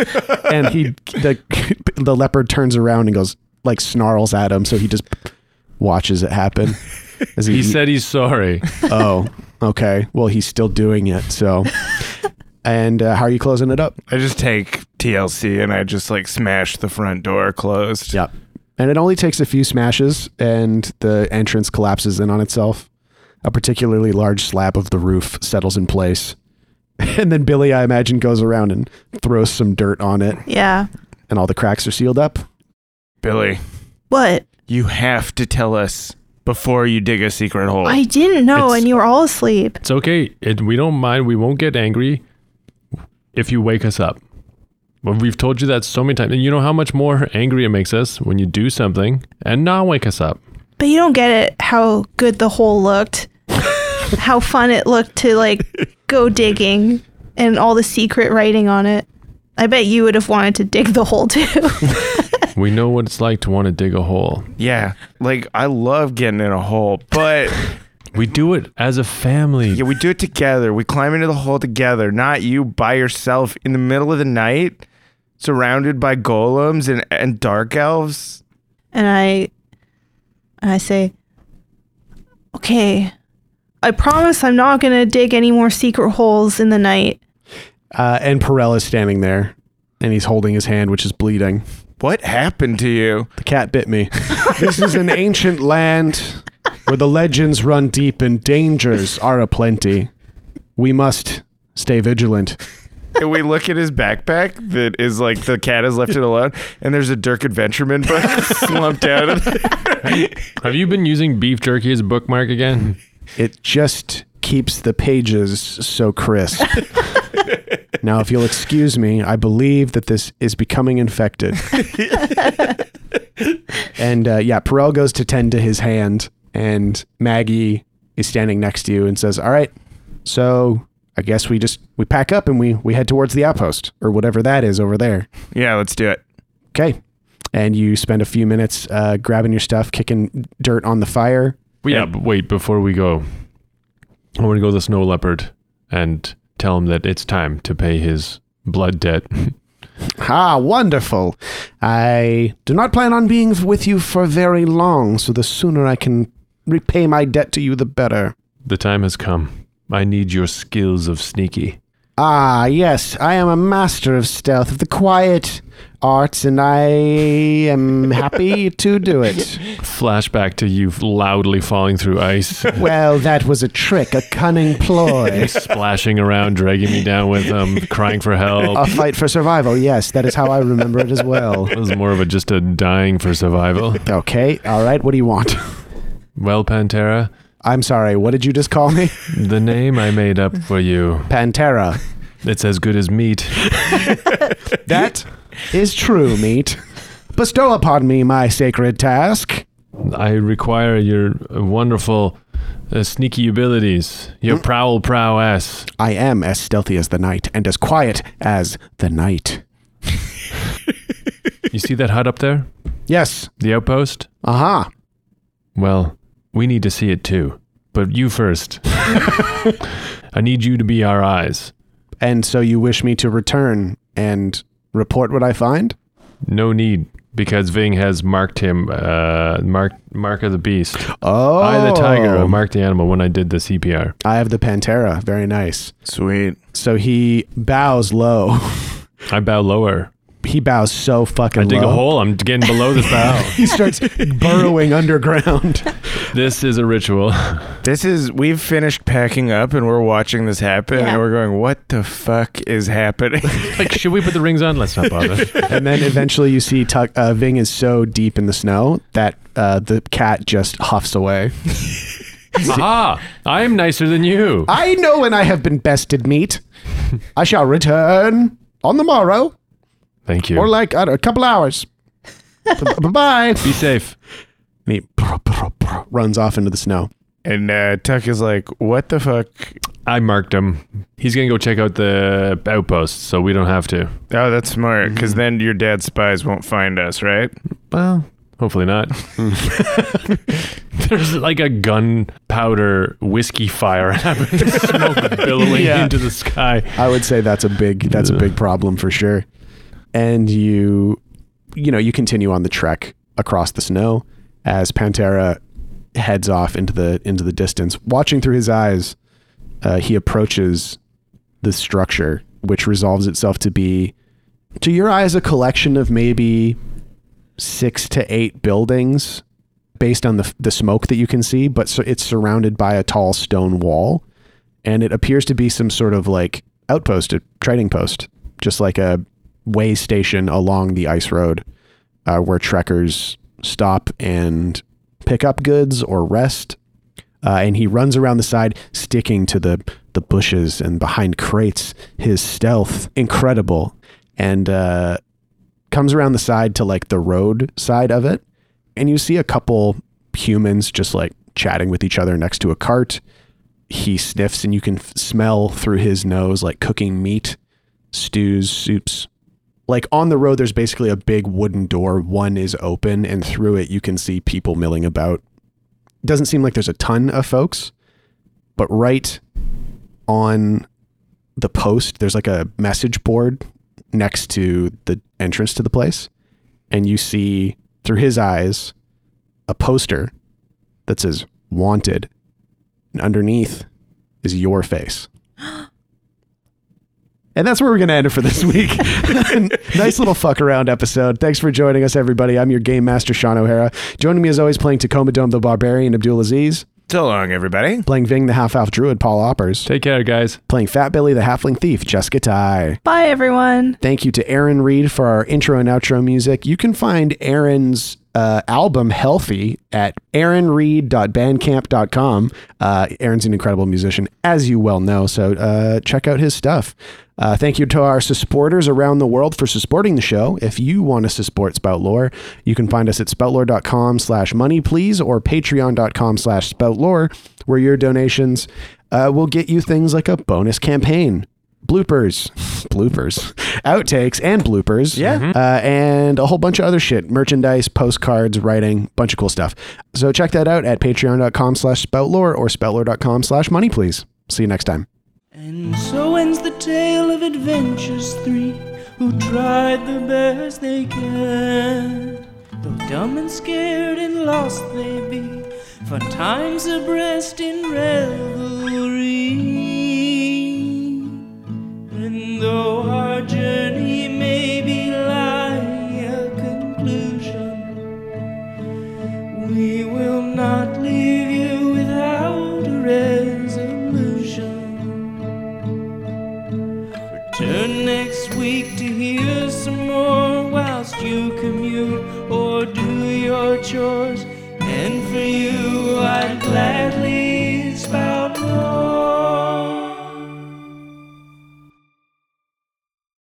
and he the the leopard turns around and goes like snarls at him, so he just watches it happen. As He said he's sorry. Oh, okay. Well, he's still doing it. So, and uh, how are you closing it up? I just take TLC and I just like smash the front door closed. Yep. And it only takes a few smashes, and the entrance collapses in on itself. A particularly large slab of the roof settles in place. And then Billy, I imagine, goes around and throws some dirt on it, Yeah. and all the cracks are sealed up. Billy, What? you have to tell us before you dig a secret hole. I didn't know, It's- and you were all asleep. It's okay. It, we don't mind. We won't get angry if you wake us up. Well, we've told you that so many times. And you know how much more angry it makes us when you do something and not wake us up. But you don't get it how good the hole looked, how fun it looked to like go digging and all the secret writing on it. I bet you would have wanted to dig the hole too. We know what it's like to want to dig a hole. yeah, like I love getting in a hole, but We do it as a family. yeah, we do it together. We climb into the hole together, not you by yourself in the middle of the night, surrounded by golems and, and dark elves. and I and I say, "Okay, I promise I'm not going to dig any more secret holes in the night." Uh, and Perel is standing there, and he's holding his hand, which is bleeding. What happened to you? The cat bit me. this is an ancient land where the legends run deep and dangers are aplenty. We must stay vigilant. and we look at his backpack that is like the cat has left it alone, and there's a Dirk Adventureman book slumped out of it. Have you been using beef jerky as a bookmark again? It just keeps the pages so crisp. now, if you'll excuse me, I believe that this is becoming infected. and uh, yeah, Perel goes to tend to his hand, and Maggie is standing next to you and says, All right, so I guess we just we pack up and we we head towards the outpost or whatever that is over there. Yeah, let's do it. Okay. And you spend a few minutes uh, grabbing your stuff, kicking dirt on the fire. Well, yeah, but wait, before we go, I want to go to the snow leopard and tell him that it's time to pay his blood debt. Ah, wonderful. I do not plan on being with you for very long, so the sooner I can repay my debt to you, the better. the time has come. I need your skills of sneaky. Ah, yes, I am a master of stealth, of the quiet arts, and I am happy to do it. Flashback to you loudly falling through ice, Well, that was a trick, a cunning ploy. splashing around, dragging me down with um, crying for help. A fight for survival, yes, that is how I remember it as well. It was more of a just a dying for survival. Okay, all right, what do you want? Well, Pantera, I'm sorry, what did you just call me? the name I made up for you, Pantera. it's as good as meat. That is true, meat. Bestow upon me my sacred task. I require your wonderful uh, sneaky abilities, your prowl prowess. I am as stealthy as the night and as quiet as the night. You see that hut up there? Yes. The outpost? Aha. Well, we need to see it too. But you first. I need you to be our eyes. And so you wish me to return and report what I find? No need, because Ving has marked him, uh, mark, mark of the beast. Oh. I, the tiger, I marked the animal when I did the CPR. I have the Pantera. Very nice. Sweet. So he bows low. I bow lower. he bows so fucking I dig low. a hole. I'm getting below this bow. He starts burrowing underground. this is a ritual. This is we've finished packing up and we're watching this happen Yeah. and we're going, what the fuck is happening? like, should we put the rings on? Let's not bother. and then eventually you see Tuck, uh, Ving is so deep in the snow that uh, the cat just huffs away. Aha! I am nicer than you. I know when I have been bested, meat. I shall return on the morrow, Thank you. or like uh, a couple hours. Bye bye. Be safe. And he brr, brr, brr, runs off into the snow. and uh, Tuck is like, what the fuck? I marked him. He's gonna go check out the outpost, so we don't have to. Oh, that's smart, because then your dad's spies won't find us, right? Well, hopefully not. There's like a gunpowder whiskey fire happening, smoke billowing Yeah. into the sky. I would say that's a big that's a big problem for sure. And you, you know, you continue on the trek across the snow as Pantera heads off into the into the distance, watching through his eyes. Uh, he approaches the structure, which resolves itself to be, to your eyes, a collection of maybe six to eight buildings based on the, the smoke that you can see, but so it's surrounded by a tall stone wall. And it appears to be some sort of like outpost, a trading post, just like a way station along the ice road uh, where trekkers stop and pick up goods or rest. Uh, and he runs around the side, sticking to the, the bushes and behind crates. His stealth, incredible. And uh, comes around the side to like the road side of it and you see a couple humans just like chatting with each other next to a cart he sniffs and you can f- smell through his nose like cooking meat stews soups like on the road there's basically a big wooden door one is open and through it you can see people milling about doesn't seem like there's a ton of folks but right on the post there's like a message board next to the entrance to the place and you see through his eyes a poster that says wanted and underneath is your face and that's where we're going to end it for this week nice little fuck around episode thanks for joining us everybody i'm your game master sean o'hara joining me as always playing tacoma dome the barbarian abdul aziz So long, everybody. playing ving the half-elf druid paul oppers Take care, guys. playing fat billy the halfling thief jessica ty Bye, everyone. Thank you to Aaron Reed for our intro and outro music. You can find Aaron's uh, album Healthy at aaronreed.bandcamp.com. Uh, Aaron's an incredible musician, as you well know, so uh, check out his stuff. Uh, thank you to our supporters around the world for supporting the show. If you want us to support Spout Lore, you can find us at spoutlore.com slash money please or patreon.com slash spoutlore where your donations uh, we'll get you things like a bonus campaign, bloopers, bloopers, outtakes, and bloopers. Yeah. Uh, and a whole bunch of other shit merchandise, postcards, writing, bunch of cool stuff. So check that out at patreon.com slash spoutlore or spoutlore.com slash money, please. See you next time. And so ends the tale of adventures three who tried the best they can. Though dumb and scared and lost they be, for time's abreast in revelry. And though our journey may be lie a conclusion, we will not leave you without a resolution. Return next week to hear some more whilst you commute or do your chores. And for you, I'd gladly.